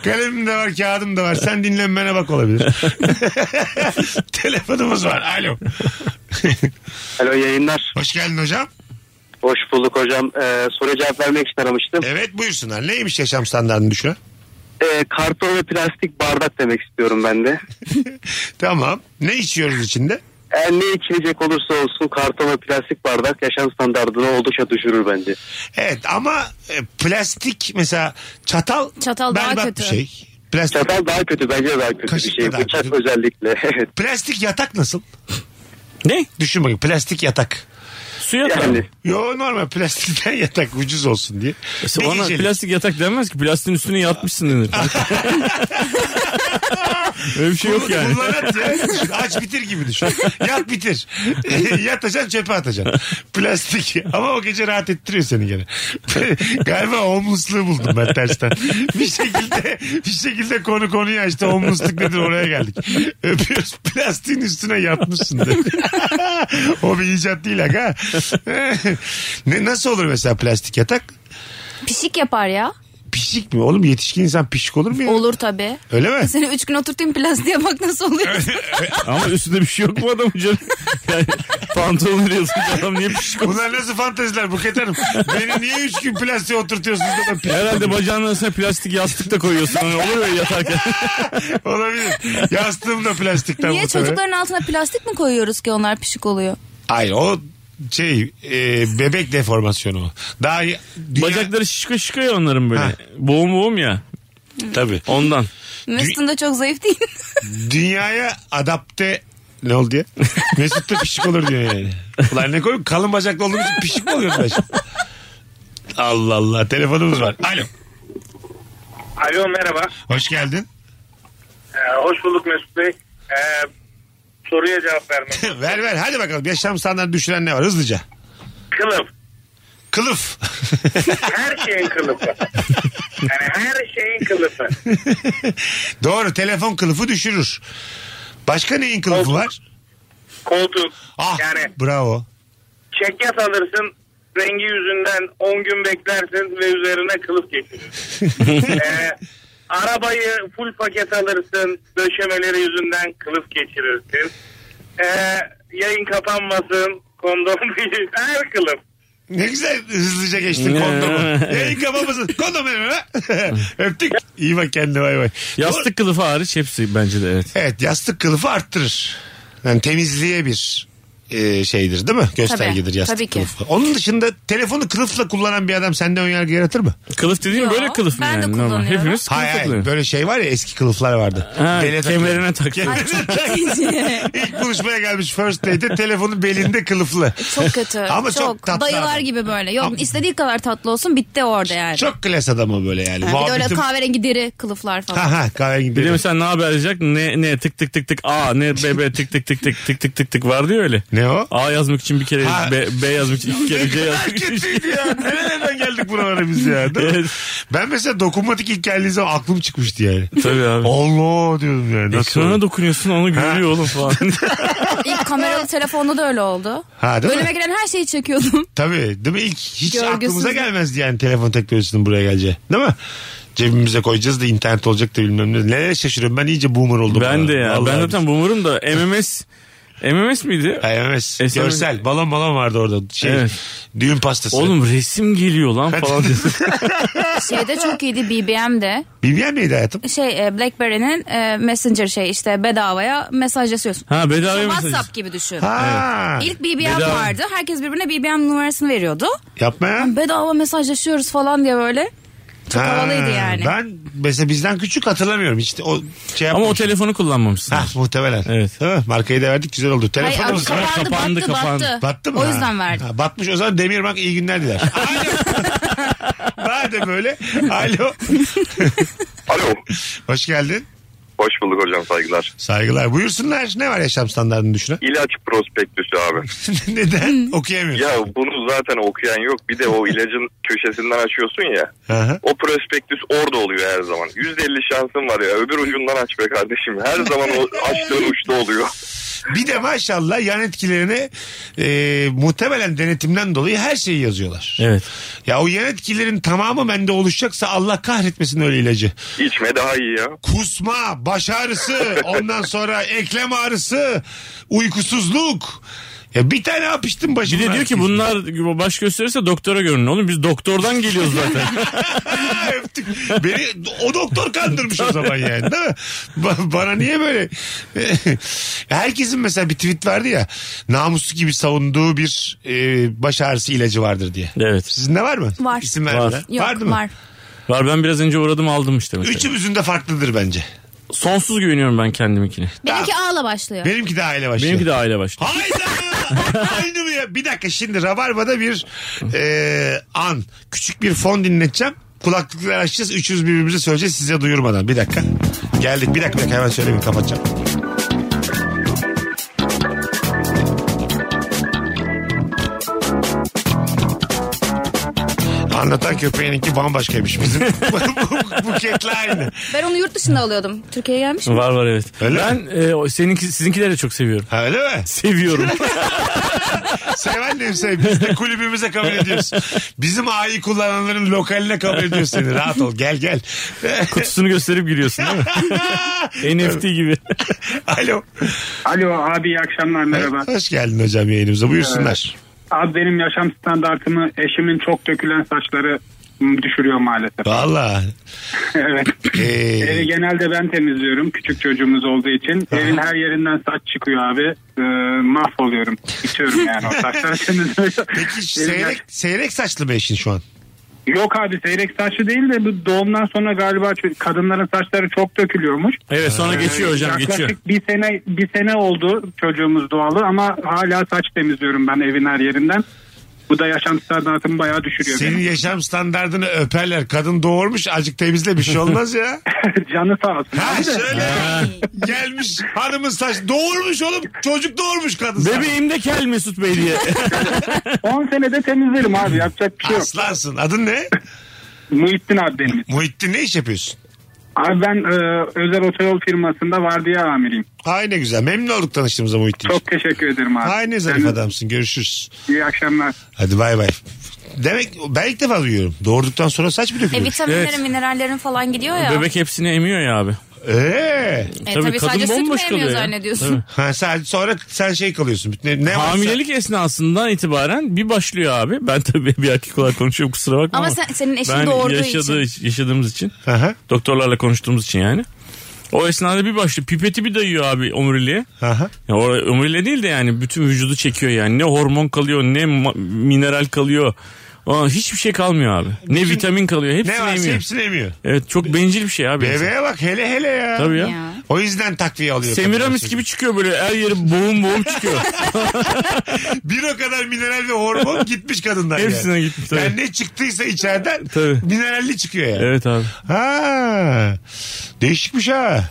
Speaker 3: Kalemim de var kağıdım da var. Sen dinlenmene bak olabilir. Telefonumuz var. Alo.
Speaker 8: Alo yayınlar.
Speaker 3: Hoş geldin hocam.
Speaker 8: Hoş bulduk hocam. Ee, soruya cevap vermek için aramıştım.
Speaker 3: Evet buyursunlar. Neymiş yaşam standartını düşüren?
Speaker 8: Ee, karton ve plastik bardak demek istiyorum ben de.
Speaker 3: Tamam. Ne içiyoruz içinde?
Speaker 8: Eğer ne içilecek olursa olsun karton ve plastik bardak yaşam standartını oldukça düşürür bence.
Speaker 3: Evet ama e, plastik mesela çatal,
Speaker 4: Çatal daha
Speaker 3: berbat
Speaker 4: kötü.
Speaker 3: bir şey. Plastik,
Speaker 8: Çatal daha kötü bence de daha kötü
Speaker 3: Kaşık
Speaker 8: bir şey.
Speaker 3: da daha
Speaker 8: Bıçak
Speaker 3: kötü.
Speaker 8: özellikle. Evet.
Speaker 3: plastik yatak nasıl?
Speaker 5: Ne?
Speaker 3: Düşün bakayım plastik yatak.
Speaker 5: Suya yani.
Speaker 8: yani
Speaker 3: Yo normal plastikten yatak ucuz olsun diye. Ne
Speaker 5: Ona
Speaker 3: gecelik.
Speaker 5: plastik yatak denmez ki. Plastiğin üstüne yatmışsın denir. Öyle bir şey yok
Speaker 3: Kullan-
Speaker 5: yani.
Speaker 3: kullanat ya. Düşün, Aç bitir gibi düşün. Yat bitir. Yatacaksın çöpe atacaksın. Plastik. Ama o gece rahat ettiriyor seni gene. Galiba homeless'lığı buldum ben tersten. Bir şekilde bir şekilde konu konuyu açtı. Homeless'lık nedir oraya geldik. Öpüyoruz. Plastiğin üstüne yatmışsın. dedi. o bir icat değil aga. ne, nasıl olur mesela plastik yatak?
Speaker 4: Pişik yapar ya.
Speaker 3: Pişik mi? Oğlum yetişkin insan pişik olur mu ya?
Speaker 4: Olur tabii.
Speaker 3: Öyle mi?
Speaker 4: Seni üç gün oturtayım plastiğe bak nasıl oluyor.
Speaker 5: Ama üstünde bir şey yok mu adamın canım? Yani pantolon veriyorsun adam niye pişik olsun?
Speaker 3: Bunlar nasıl fanteziler Buket Hanım? Beni niye üç gün plastiğe oturtuyorsunuz da ben pişman
Speaker 5: Herhalde bacağının arasına plastik yastık da koyuyorsun. Hani olur öyle yatarken.
Speaker 3: Olabilir. Yastığım da plastikten
Speaker 4: Niye
Speaker 3: bu sefer.
Speaker 4: çocukların altına plastik mi koyuyoruz ki onlar pişik oluyor?
Speaker 3: Hayır o şey e, bebek deformasyonu. o. Daha y- dünya...
Speaker 5: Bacakları şişko şişko ya onların böyle.
Speaker 3: Ha.
Speaker 5: Boğum boğum ya.
Speaker 3: Tabii.
Speaker 5: Ondan.
Speaker 4: Mesut'un da çok zayıf değil.
Speaker 3: Dünyaya adapte ne oldu ya? Mesut da pişik olur diyor yani. Ulan ne koyayım kalın bacaklı olduğum için pişik mi oluyorum ben şimdi? Allah Allah telefonumuz var. Alo.
Speaker 9: Alo merhaba.
Speaker 3: Hoş geldin.
Speaker 9: Ee, hoş bulduk Mesut Bey. Ee, soruya cevap vermek.
Speaker 3: ver ver hadi bakalım yaşam standartını düşüren ne var hızlıca.
Speaker 9: Kılıf.
Speaker 3: Kılıf.
Speaker 9: Her şeyin kılıfı. Yani her şeyin kılıfı.
Speaker 3: Doğru telefon kılıfı düşürür. Başka neyin kılıfı
Speaker 9: Koltuk.
Speaker 3: var?
Speaker 9: Koltuk.
Speaker 3: Ah
Speaker 9: Yani
Speaker 3: bravo.
Speaker 9: çekyat alırsın. Rengi yüzünden 10 gün beklersin ve üzerine kılıf geçirir. ee, Arabayı full paket alırsın. Döşemeleri yüzünden kılıf geçirirsin. Ee, yayın kapanmasın. Kondom değil. Her kılıf.
Speaker 3: Ne güzel hızlıca geçtin kondomu. Yayın kapamızın kondomu. Öptük. İyi bak kendine bay bay.
Speaker 5: Yastık kılıfı hariç hepsi bence de evet.
Speaker 3: Evet yastık kılıfı arttırır. Yani temizliğe bir e, şeydir değil mi? Göstergedir
Speaker 4: Tabii,
Speaker 3: yastık
Speaker 4: tabii ki.
Speaker 3: kılıfı. Onun dışında telefonu kılıfla kullanan bir adam sende önyargı yaratır mı?
Speaker 5: Kılıf dediğin
Speaker 4: Yo,
Speaker 5: böyle kılıf mı
Speaker 4: ben de
Speaker 5: yani? normal?
Speaker 4: kullanıyorum.
Speaker 5: Hepimiz kılıf
Speaker 3: Hayır hayır
Speaker 5: takılıyor.
Speaker 3: böyle şey var ya eski kılıflar vardı.
Speaker 5: Ha,
Speaker 3: Bele takıyor.
Speaker 5: kemerine takıyor.
Speaker 4: Ay çok kötü.
Speaker 3: İlk buluşmaya gelmiş first date'e telefonu belinde kılıflı.
Speaker 4: Çok kötü.
Speaker 3: Ama çok tatlı
Speaker 4: Dayılar
Speaker 3: adam.
Speaker 4: gibi böyle. Yok
Speaker 3: Ama-
Speaker 4: istediği kadar tatlı olsun bitti orada yani.
Speaker 3: Çok klas adamı böyle yani.
Speaker 4: Ha, bir de öyle
Speaker 3: Muhabbetim-
Speaker 4: kahverengi deri kılıflar falan.
Speaker 3: Ha ha kahverengi
Speaker 5: Bir de
Speaker 3: deri.
Speaker 5: mesela ne haber yazacak? Ne ne tık tık tık tık A ne B B tık tık tık tık tık tık tık tık var diyor öyle.
Speaker 3: Ne o?
Speaker 5: A yazmak için bir kere
Speaker 3: Ha.
Speaker 5: B, B yazmak için iki kere C yazmak için.
Speaker 3: Kötüydü ya. Nereden geldik buralara biz ya? Değil mi?
Speaker 5: Evet.
Speaker 3: Ben mesela dokunmatik ilk geldiği zaman aklım çıkmıştı yani.
Speaker 5: Tabii abi.
Speaker 3: Allah diyordum yani. Nasıl?
Speaker 5: Ekrana e, dokunuyorsun onu görüyor oğlum falan.
Speaker 4: İlk kameralı telefonda da öyle oldu.
Speaker 3: Ha değil
Speaker 4: Bölüme
Speaker 3: mi?
Speaker 4: giren her şeyi çekiyordum.
Speaker 3: Tabii değil mi? İlk hiç
Speaker 4: Görgüsüz-
Speaker 3: aklımıza gelmezdi yani telefon teknolojisinin buraya geleceği. Değil mi? Cebimize koyacağız da internet olacak da bilmem ne. Nelere şaşırıyorum ben iyice boomer oldum.
Speaker 5: ben
Speaker 3: bana.
Speaker 5: de ya.
Speaker 3: Vallahi
Speaker 5: ben zaten boomer'ım da MMS MMS miydi?
Speaker 3: Ay, evet.
Speaker 5: SMS.
Speaker 3: Görsel. Balon balon vardı orada. Şey,
Speaker 5: E, Evet.
Speaker 3: Düğün pastası.
Speaker 5: Oğlum resim geliyor lan falan diyor.
Speaker 4: Şeyde çok iyiydi BBM'de.
Speaker 3: BBM neydi hayatım?
Speaker 4: Şey e, Blackberry'nin e, Messenger şey işte bedavaya mesajlaşıyorsun.
Speaker 5: Ha bedava mesaj.
Speaker 4: WhatsApp gibi düşün.
Speaker 3: Ha.
Speaker 4: İlk BBM
Speaker 5: Bedava.
Speaker 4: vardı. Herkes birbirine BBM numarasını veriyordu.
Speaker 3: Yapma ya.
Speaker 4: Bedava mesajlaşıyoruz falan diye böyle. Çok
Speaker 3: Ha,
Speaker 4: havalıydı yani.
Speaker 3: Ben mesela bizden küçük hatırlamıyorum. İşte o şey
Speaker 5: Ama o
Speaker 3: yapmamışım.
Speaker 5: telefonu kullanmamışsın.
Speaker 3: Ha, muhtemelen.
Speaker 5: Evet.
Speaker 3: Değil mi? Markayı da verdik güzel oldu.
Speaker 4: Hayır, abi,
Speaker 3: Telefonumuz
Speaker 4: kapandı,
Speaker 5: Kapandı,
Speaker 4: battı,
Speaker 5: kapandı.
Speaker 4: battı.
Speaker 3: Battı mı?
Speaker 4: O
Speaker 3: Ha.
Speaker 4: yüzden verdim.
Speaker 3: Ha, batmış o zaman Demirmak iyi günler diler. Alo. Madem öyle. Alo.
Speaker 9: Alo.
Speaker 3: Hoş geldin.
Speaker 9: Hoş bulduk hocam saygılar.
Speaker 3: Saygılar. Buyursunlar. Ne var yaşam standartını düşünen?
Speaker 9: İlaç prospektüsü abi.
Speaker 3: Neden?
Speaker 4: Hmm.
Speaker 3: Okuyamıyorsun.
Speaker 9: Ya bunu zaten okuyan yok. Bir de o ilacın köşesinden açıyorsun ya.
Speaker 3: Aha.
Speaker 9: O prospektüs orada oluyor her zaman. %50 şansın var ya. Öbür ucundan aç be kardeşim. Her zaman o açtığın uçta oluyor.
Speaker 3: Bir de maşallah yan etkilerine e, muhtemelen denetimden dolayı her şeyi yazıyorlar.
Speaker 5: Evet.
Speaker 3: Ya o yan etkilerin tamamı bende oluşacaksa Allah kahretmesin öyle ilacı.
Speaker 9: İçme daha iyi ya.
Speaker 3: kusma, baş ağrısı, ondan sonra eklem ağrısı, uykusuzluk. Ya bir tane hap içtim
Speaker 5: Bir
Speaker 3: başımdan.
Speaker 5: de diyor ki bunlar baş gösterirse doktora görün. Oğlum biz doktordan geliyoruz zaten.
Speaker 3: Ha, öptük. Beni o doktor kandırmış o zaman yani değil mi? Ba- bana niye böyle? Herkesin mesela bir tweet vardı ya. Namuslu gibi savunduğu bir e, baş ağrısı ilacı vardır diye.
Speaker 5: evet.
Speaker 3: Sizin de var mı?
Speaker 4: Var.
Speaker 3: İsim vermeden.
Speaker 5: Var.
Speaker 4: Yok
Speaker 3: Vardı mı?
Speaker 4: var.
Speaker 5: Var ben biraz önce uğradım aldım işte mesela.
Speaker 3: Üçümüzün de farklıdır bence.
Speaker 5: Sonsuz güveniyorum ben kendimkine.
Speaker 4: Benimki ağla başlıyor.
Speaker 3: Benimki de aile başlıyor.
Speaker 5: Benimki de aile başlıyor.
Speaker 3: Hayda! Aynı mı ya? Bir dakika şimdi Rabarba'da bir e, an. Küçük bir fon dinleteceğim. Kulaklıkları açacağız. Üçümüz birbirimize söyleyeceğiz size duyurmadan. Bir dakika. Geldik. Bir dakika, bir dakika hemen söyleyeyim kapatacağım. Anlatan köpeğininki bambaşkaymış bizim. bu Buketle aynı.
Speaker 4: Ben onu yurt dışında alıyordum. Türkiye'ye gelmiş mi?
Speaker 5: Var var evet.
Speaker 3: Öyle
Speaker 5: ben e, o- seninki sizinkileri de çok seviyorum.
Speaker 3: Ha, öyle mi?
Speaker 5: Seviyorum.
Speaker 3: Seven de sev. Biz de kulübümüze kabul ediyoruz. Bizim A'yı kullananların lokaline kabul ediyoruz seni. Rahat ol. Gel gel.
Speaker 5: Kutusunu gösterip gülüyorsun değil mi? NFT gibi.
Speaker 3: Alo.
Speaker 6: Alo abi iyi akşamlar
Speaker 3: Hoş geldin hocam yayınımıza. Buyursunlar.
Speaker 6: Abi benim yaşam standartımı eşimin çok dökülen saçları düşürüyor maalesef.
Speaker 3: Valla.
Speaker 6: evet. Evi
Speaker 3: Ee,
Speaker 6: genelde ben temizliyorum küçük çocuğumuz olduğu için. Evin her yerinden saç çıkıyor abi. Ee, mahvoluyorum. İçiyorum yani o saçları temizliyorum.
Speaker 3: peki
Speaker 6: Benim
Speaker 3: seyrek, seyrek saçlı mı eşin şu an?
Speaker 6: yaş- Yok abi seyrek saçlı değil de bu doğumdan sonra galiba çö- kadınların saçları çok dökülüyormuş.
Speaker 5: Evet sonra geçiyor hocam
Speaker 6: Yaklaşık
Speaker 5: geçiyor.
Speaker 6: bir sene bir sene oldu çocuğumuz doğalı ama hala saç temizliyorum ben evin her yerinden. Bu da yaşam standartımı bayağı düşürüyor.
Speaker 3: Senin
Speaker 6: benim.
Speaker 3: yaşam standartını öperler. Kadın doğurmuş azıcık temizle bir şey olmaz ya.
Speaker 6: Canı sağ olsun.
Speaker 3: Ha
Speaker 6: abi de.
Speaker 3: şöyle gelmiş hanımın saç doğurmuş oğlum çocuk doğurmuş kadın. sana.
Speaker 5: Bebeğim de kel Mesut Bey diye.
Speaker 6: 10 senede temizlerim abi yapacak bir şey yok.
Speaker 3: Aslansın adın ne?
Speaker 6: Muhittin abi benim. ismim.
Speaker 3: Muhittin ne iş yapıyorsun?
Speaker 6: Abi ben e, özel otoyol firmasında vardiya amiriyim.
Speaker 3: Ay ne güzel memnun olduk tanıştığımıza Muhittin.
Speaker 6: Çok teşekkür ederim abi.
Speaker 3: Ay ne zarif
Speaker 6: Yani
Speaker 3: adamsın görüşürüz.
Speaker 6: İyi akşamlar.
Speaker 3: Hadi bay bay. Demek ben ilk defa duyuyorum. Doğurduktan sonra saç mı
Speaker 4: E,
Speaker 3: dökülür?
Speaker 4: vitaminlerin,
Speaker 5: Evet.
Speaker 4: minerallerin falan gidiyor ya.
Speaker 5: Bebek hepsini emiyor ya abi.
Speaker 3: Ee.
Speaker 4: e,
Speaker 5: tabii
Speaker 4: tabii
Speaker 5: kadın
Speaker 4: sadece süt mü
Speaker 5: bomboş
Speaker 4: emiyor
Speaker 5: kalıyor ya.
Speaker 4: zannediyorsun?
Speaker 3: Ha, sen, sonra sen şey kalıyorsun. Bütün- Ne, ne varsa-
Speaker 5: Hamilelik esnasından itibaren bir başlıyor abi. Ben tabii bir erkek olarak konuşuyorum kusura bakma ama.
Speaker 4: Ama sen- senin eşin
Speaker 5: ben
Speaker 4: doğurduğu
Speaker 5: yaşadığı, yaşadığımız için.
Speaker 3: Aha,
Speaker 5: Doktorlarla konuştuğumuz için yani. O esnada bir başlıyor. Pipeti bir dayıyor abi omuriliğe.
Speaker 3: aha.
Speaker 5: Ya or- omuriliğe değil de yani bütün vücudu çekiyor yani. Ne hormon kalıyor ne ma- mineral kalıyor. Aa, hiçbir şey kalmıyor abi. Ne vitamin kalıyor. Hepsini
Speaker 3: Ne varsa
Speaker 5: emiyor.
Speaker 3: hepsini emiyor.
Speaker 5: Evet çok bencil bir şey abi.
Speaker 3: Bebeğe bak hele hele ya.
Speaker 5: Tabii ya.
Speaker 4: Ya.
Speaker 3: O yüzden takviye alıyor.
Speaker 5: Semiramis gibi çıkıyor böyle her yeri boğum boğum çıkıyor.
Speaker 3: Bir o kadar mineral ve hormon gitmiş kadından
Speaker 5: Hepsine
Speaker 3: yani.
Speaker 5: gitmiş tabii.
Speaker 3: Yani ne çıktıysa içeriden
Speaker 5: Tabii.
Speaker 3: mineralli çıkıyor yani.
Speaker 5: Evet abi.
Speaker 3: Ha. Değişikmiş ha.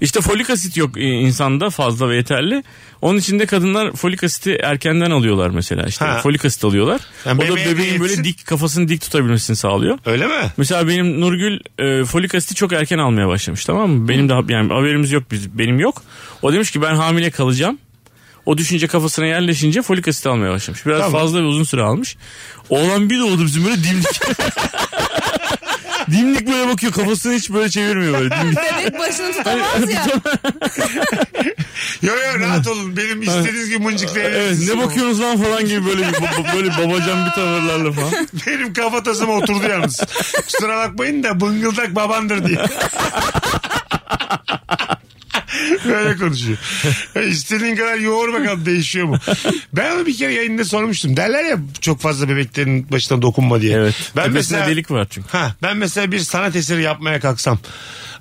Speaker 5: İşte folik asit yok i- insanda fazla ve yeterli. Onun için de kadınlar folik asiti erkenden alıyorlar mesela. İşte
Speaker 3: Ha.
Speaker 5: folik asit alıyorlar.
Speaker 3: Ha,
Speaker 5: o da
Speaker 3: bebeğe de
Speaker 5: bebeğin
Speaker 3: yetsin.
Speaker 5: böyle dik kafasını dik tutabilmesini sağlıyor.
Speaker 3: Öyle mi?
Speaker 5: Mesela benim Nurgül e, folik asiti çok erken almaya başlamış tamam mı? Benim de yani haberimiz yok biz benim yok. O demiş ki ben hamile kalacağım. O düşünce kafasına yerleşince folik asit almaya başlamış. Biraz
Speaker 3: Tamam.
Speaker 5: fazla ve uzun süre almış. Oğlan bir doğdu bizim böyle dimdik. dimdik böyle bakıyor kafasını hiç böyle çevirmiyor böyle dimdik.
Speaker 4: Bebek başını tutamaz ya.
Speaker 3: Yo yo rahat olun. Benim istediğiniz gibi
Speaker 5: Evet,
Speaker 3: mıncıklayabilirsiniz.
Speaker 5: ne bakıyorsunuz lan falan gibi böyle bir ba- böyle babacan bir tavırlarla falan.
Speaker 3: Benim kafatasıma oturdu yalnız. Kusura bakmayın da bıngıldak babandır diye. Böyle konuşuyor. İstediğin kadar yoğur bakalım değişiyor mu? Ben onu bir kere yayında sormuştum. Derler ya çok fazla bebeklerin başına dokunma diye. Ben mesela,
Speaker 5: delik var çünkü.
Speaker 3: Ha, ben mesela bir sanat eseri yapmaya kalksam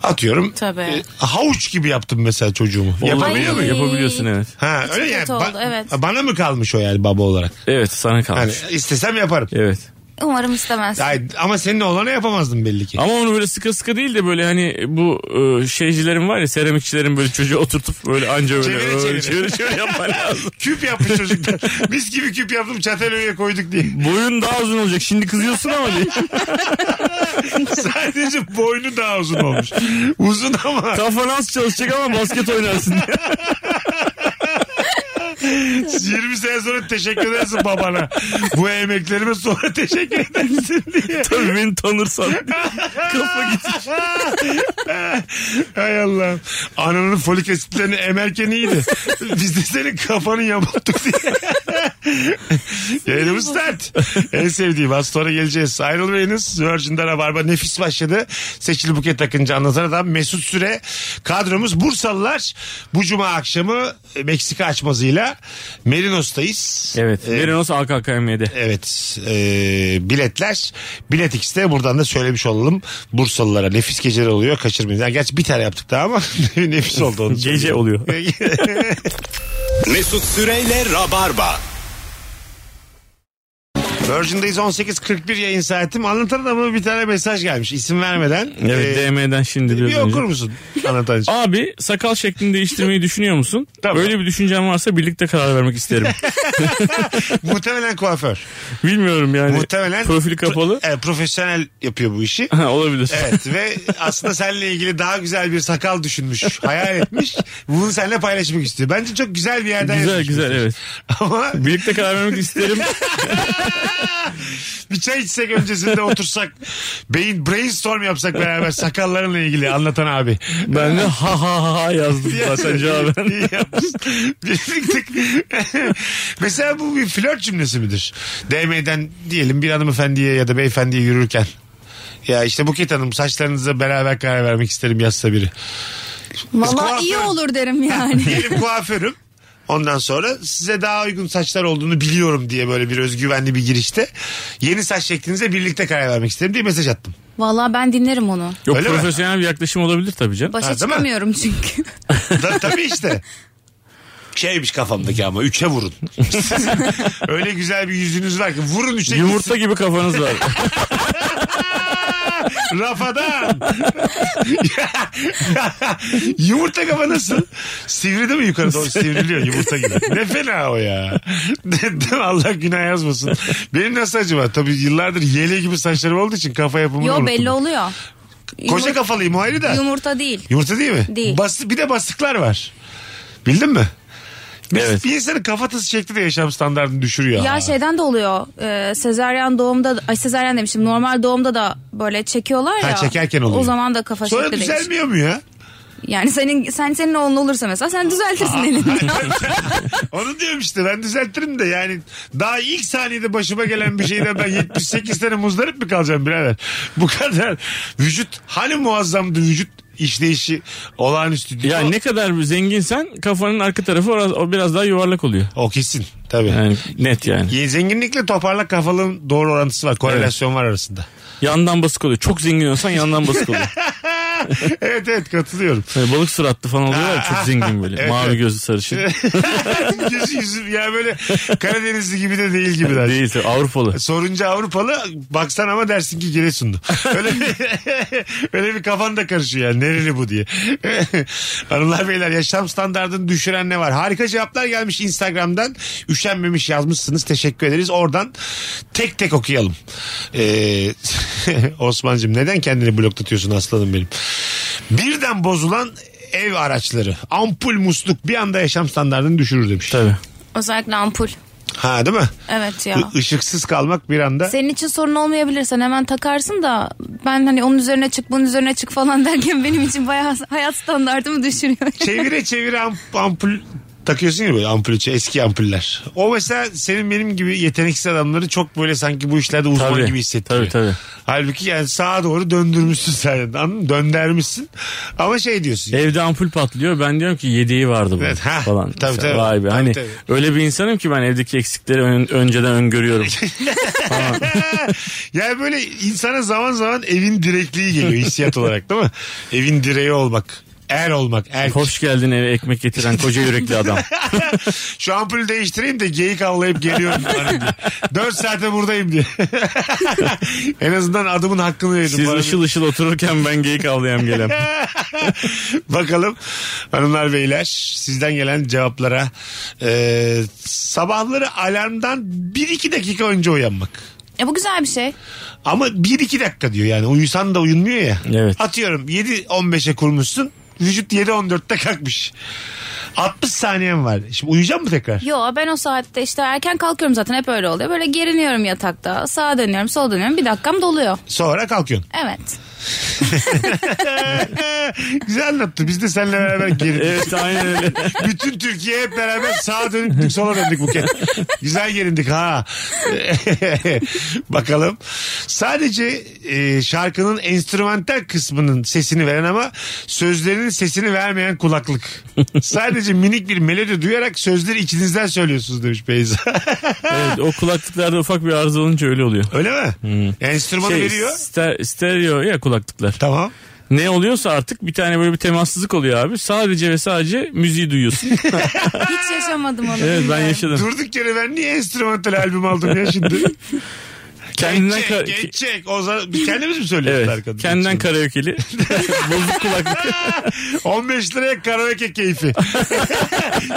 Speaker 3: atıyorum. e,
Speaker 4: Tabii.
Speaker 3: havuç gibi yaptım mesela çocuğumu. Yapabiliyor
Speaker 4: Ay.
Speaker 3: muyum?
Speaker 5: Yapabiliyorsun evet.
Speaker 3: Ha,
Speaker 4: Çok
Speaker 3: öyle
Speaker 4: kötü
Speaker 3: yani.
Speaker 4: oldu,
Speaker 3: Ba-
Speaker 4: evet.
Speaker 3: Bana mı kalmış o yani baba olarak?
Speaker 5: Evet sana kalmış.
Speaker 3: Hani istesem yaparım.
Speaker 5: Evet.
Speaker 4: Umarım istemez.
Speaker 3: Ay, ama senin olana yapamazdım belli ki.
Speaker 5: Ama onu böyle sıkı sıkı değil de böyle hani bu e, şeycilerin var ya seramikçilerin böyle çocuğu oturtup böyle anca böyle
Speaker 3: Çevire
Speaker 5: öyle
Speaker 3: çevire.
Speaker 5: çevire çevire yapman lazım.
Speaker 3: Küp yapmış çocuklar. Biz gibi küp yaptım çatal öyle koyduk diye.
Speaker 5: Boyun daha uzun olacak şimdi kızıyorsun ama diye.
Speaker 3: Sadece boynu daha uzun olmuş. Uzun ama
Speaker 5: Kafa nasıl çalışacak ama basket oynarsın diye.
Speaker 3: 20 sene sonra teşekkür edersin babana. Bu emeklerime sonra teşekkür edersin diye.
Speaker 5: Tabii beni tanırsan. Kafa gitmiş.
Speaker 3: Hay Allah. Ananın folik asitlerini emerken iyiydi. Biz de senin kafanı yamulttuk diye. Yayınımız start. En sevdiğim az sonra geleceğiz. Ayrılmayınız. Virgin'de Rabarba nefis başladı. Seçili buket takınca anlatan adam Mesut Süre. Kadromuz Bursalılar. Bu cuma akşamı Meksika açmazıyla Merinos'tayız.
Speaker 5: Evet.
Speaker 3: Ee,
Speaker 5: Verinos AKKM'de.
Speaker 3: Evet e, biletler Bilet X'te buradan da söylemiş olalım Bursalılara nefis geceler oluyor kaçırmayın yani Gerçi bir tane yaptık daha ama nefis oldu onu
Speaker 5: Gece oluyor.
Speaker 2: Mesut Süreyle Rabarba.
Speaker 3: Virgin'dayız 18.41 yayın saatim Anlatan adamı bir tane mesaj gelmiş isim vermeden
Speaker 5: Evet
Speaker 3: Ee,
Speaker 5: DM'den şimdi diyoruz.
Speaker 3: bir
Speaker 5: önce.
Speaker 3: okur musun anlatan
Speaker 5: Abi sakal şeklini değiştirmeyi düşünüyor musun?
Speaker 3: Tamam.
Speaker 5: Öyle bir düşüncen varsa birlikte karar vermek isterim.
Speaker 3: Muhtemelen kuaför
Speaker 5: Bilmiyorum yani.
Speaker 3: Muhtemelen
Speaker 5: Profili kapalı.
Speaker 3: E, Profesyonel yapıyor bu işi
Speaker 5: Ha, Olabilir.
Speaker 3: Evet ve aslında seninle ilgili daha güzel bir sakal düşünmüş, hayal etmiş. Bunu seninle paylaşmak istiyor. Bence çok güzel bir yerden
Speaker 5: Güzel
Speaker 3: yazmış
Speaker 5: güzel
Speaker 3: mesaj.
Speaker 5: evet.
Speaker 3: Ama
Speaker 5: Birlikte karar vermek isterim.
Speaker 3: bir çay içsek öncesinde otursak beyin brainstorm yapsak beraber sakallarınla ilgili anlatan abi.
Speaker 5: Ben de ha ha ha ha yazdım zaten cevaben.
Speaker 3: İyi yapmışsın. Birlikte- Mesela bu bir flört cümlesi midir? DM'den diyelim bir hanımefendiye ya da beyefendiye yürürken. Ya işte Buket Hanım saçlarınıza beraber karar vermek isterim yazsa biri.
Speaker 4: Valla
Speaker 3: Kuaför-
Speaker 4: iyi olur derim yani.
Speaker 3: Diyelim kuaförüm. Ondan sonra size daha uygun saçlar olduğunu biliyorum diye böyle bir özgüvenli bir girişte. Yeni saç şeklinize birlikte karar vermek isterim diye mesaj attım.
Speaker 4: Valla ben dinlerim onu.
Speaker 5: Yok
Speaker 3: Öyle mi?
Speaker 5: profesyonel bir yaklaşım olabilir tabii canım.
Speaker 4: Başa
Speaker 3: Ha, değil mi?
Speaker 4: çıkamıyorum çünkü.
Speaker 3: Ta- tabii işte. Şeymiş kafamdaki ama üçe vurun. Öyle güzel bir yüzünüz var ki vurun üçe
Speaker 5: Yumurta gibi kafanız var.
Speaker 3: gitsin. Rafadan. yumurta kafa nasıl? Sivride mi yukarı doğru sivriliyor yumurta gibi. Ne fena o ya. Dedim Allah günah yazmasın. Benim nasıl acaba? Tabii yıllardır yele gibi saçlarım olduğu için kafa yapımını
Speaker 4: Yo
Speaker 3: unuttum.
Speaker 4: belli oluyor.
Speaker 3: Koca
Speaker 4: Yumur-
Speaker 3: kafalıyım o ayrı da.
Speaker 4: Yumurta değil.
Speaker 3: Yumurta değil mi?
Speaker 4: Değil.
Speaker 3: Bas, bir de bastıklar var. Bildin mi? Biz-
Speaker 5: Evet.
Speaker 3: Bir insanın kafatası şekli de yaşam standartını düşürüyor.
Speaker 4: Ya şey,
Speaker 3: Ha.
Speaker 4: şeyden de oluyor. E, sezeryan doğumda ay sezeryan demişim. Normal doğumda da böyle çekiyorlar
Speaker 3: Ha,
Speaker 4: ya.
Speaker 3: çekerken oluyor.
Speaker 4: O zaman da kafa
Speaker 3: Sonra
Speaker 4: şekli değişiyor.
Speaker 3: düzelmiyor mu ya?
Speaker 4: Yani senin sen senin oğlun olursa mesela sen düzeltirsin elini.
Speaker 3: Onu diyorum işte ben düzeltirim de yani daha ilk saniyede başıma gelen bir şeyden ben 78 sene muzdarip mi kalacağım birader? Bu kadar vücut hani muazzamdı vücut işleyişi olağanüstü.
Speaker 5: Ya
Speaker 3: O-
Speaker 5: ne kadar zenginsen kafanın arka tarafı orası- o biraz daha yuvarlak oluyor.
Speaker 3: O kesin tabii.
Speaker 5: Yani net yani.
Speaker 3: Ye- Zenginlikle toparlak kafalığın doğru orantısı var. Korelasyon var arasında.
Speaker 5: Yandan basık oluyor. Çok zengin olsan yandan basık oluyor.
Speaker 3: evet evet katılıyorum.
Speaker 5: Böyle balık suratlı falan oluyor ya, çok zengin böyle.
Speaker 3: Evet,
Speaker 5: Mavi
Speaker 3: evet.
Speaker 5: gözlü sarışın.
Speaker 3: Yüzü yüzü ya böyle Karadenizli gibi de değil gibi. de.
Speaker 5: Değil tabii, Avrupalı.
Speaker 3: Sorunca Avrupalı baksan ama dersin ki Giresunlu. Öyle bir, öyle bir kafan da karışıyor yani nereli bu diye. Hanımlar beyler yaşam standartını düşüren ne var? Harika cevaplar gelmiş Instagram'dan. Üşenmemiş yazmışsınız teşekkür ederiz. Oradan tek tek okuyalım. Ee, Osman'cığım neden kendini bloklatıyorsun aslanım benim? Birden bozulan ev araçları. Ampul musluk bir anda yaşam standartını düşürür demiş.
Speaker 5: Tabii.
Speaker 4: Özellikle ampul.
Speaker 3: Ha değil mi?
Speaker 4: Evet ya.
Speaker 3: I- Işıksız kalmak bir anda.
Speaker 4: Senin için sorun olmayabilirsen hemen takarsın da ben hani onun üzerine çık bunun üzerine çık falan derken benim için bayağı hayat standartımı düşürüyor.
Speaker 3: çevire çevire am- ampul takıyorsun ya böyle ampul içi, eski ampuller. O mesela senin benim gibi yeteneksiz adamları çok böyle sanki bu işlerde uzman
Speaker 5: Tabii.
Speaker 3: gibi hissettiriyor.
Speaker 5: Tabii, tabii.
Speaker 3: Halbuki yani sağa doğru döndürmüşsün sen. Anladın mı? Döndermişsin. Ama şey diyorsun.
Speaker 5: Evde ampul patlıyor. Ben diyorum ki yedeği vardı bu
Speaker 3: Evet, ha.
Speaker 5: falan.
Speaker 3: Tabii,
Speaker 5: Mesela,
Speaker 3: tabii.
Speaker 5: Vay be.
Speaker 3: Tabii,
Speaker 5: hani
Speaker 3: tabii.
Speaker 5: öyle bir insanım ki ben evdeki eksikleri ön- önceden öngörüyorum.
Speaker 3: yani böyle insana zaman zaman evin direkliği geliyor hissiyat olarak değil mi? Evin direği olmak. Er olmak. Erk.
Speaker 5: Hoş geldin eve ekmek getiren koca yürekli adam.
Speaker 3: Şu ampulü değiştireyim de geyik avlayıp geliyorum. 4 saate buradayım diye. en azından adımın hakkını verdim.
Speaker 5: Siz
Speaker 3: Bana bir-
Speaker 5: ışıl ışıl otururken ben geyik avlayam gelem.
Speaker 3: Bakalım hanımlar beyler sizden gelen cevaplara Ee, sabahları alarmdan 1-2 dakika önce uyanmak.
Speaker 4: E bu güzel bir şey.
Speaker 3: Ama 1-2 dakika diyor yani uyusan da uyunmuyor ya.
Speaker 5: Evet.
Speaker 3: Atıyorum 7-15'e kurmuşsun vücut 7-14'te kalkmış. 60 saniyen var. Şimdi uyuyacak mı tekrar?
Speaker 4: Yo ben o saatte işte erken kalkıyorum zaten hep öyle oluyor. Böyle geriniyorum yatakta. Sağa dönüyorum sola dönüyorum bir dakikam doluyor.
Speaker 3: Sonra kalkıyorsun.
Speaker 4: Evet.
Speaker 3: Güzel anlattı. Biz de seninle beraber geri.
Speaker 5: evet aynen öyle.
Speaker 3: Bütün Türkiye hep beraber sağa dönüp sola döndük bu kez. Güzel gerindik ha. Bakalım. Sadece e, şarkının enstrümantal kısmının sesini veren ama sözlerinin sesini vermeyen kulaklık. Sadece minik bir melodi duyarak sözleri içinizden söylüyorsunuz demiş Beyza.
Speaker 5: Evet, o kulaklıklarda ufak bir arıza olunca öyle oluyor.
Speaker 3: Öyle mi? Enstrümanı
Speaker 5: Şey,
Speaker 3: veriyor.
Speaker 5: ste- stereo ya kulaklıklar.
Speaker 3: Tamam.
Speaker 5: Ne oluyorsa artık bir tane böyle bir temassızlık oluyor abi. Sadece ve sadece müziği duyuyorsun.
Speaker 4: Hiç yaşamadım onu.
Speaker 5: evet ben
Speaker 4: bilmiyorum.
Speaker 5: yaşadım.
Speaker 3: Durduk yere ben niye enstrümantal albüm aldım ya şimdi?
Speaker 5: Kendinden
Speaker 3: Geçecek,
Speaker 5: ka-
Speaker 3: geçecek. O zaman biz kendimiz mi söylüyoruz
Speaker 5: Evet.
Speaker 3: arkadaşlar?
Speaker 5: Kendinden karaokeli. Bozuk kulaklık.
Speaker 3: 15 liraya karaoke keyfi.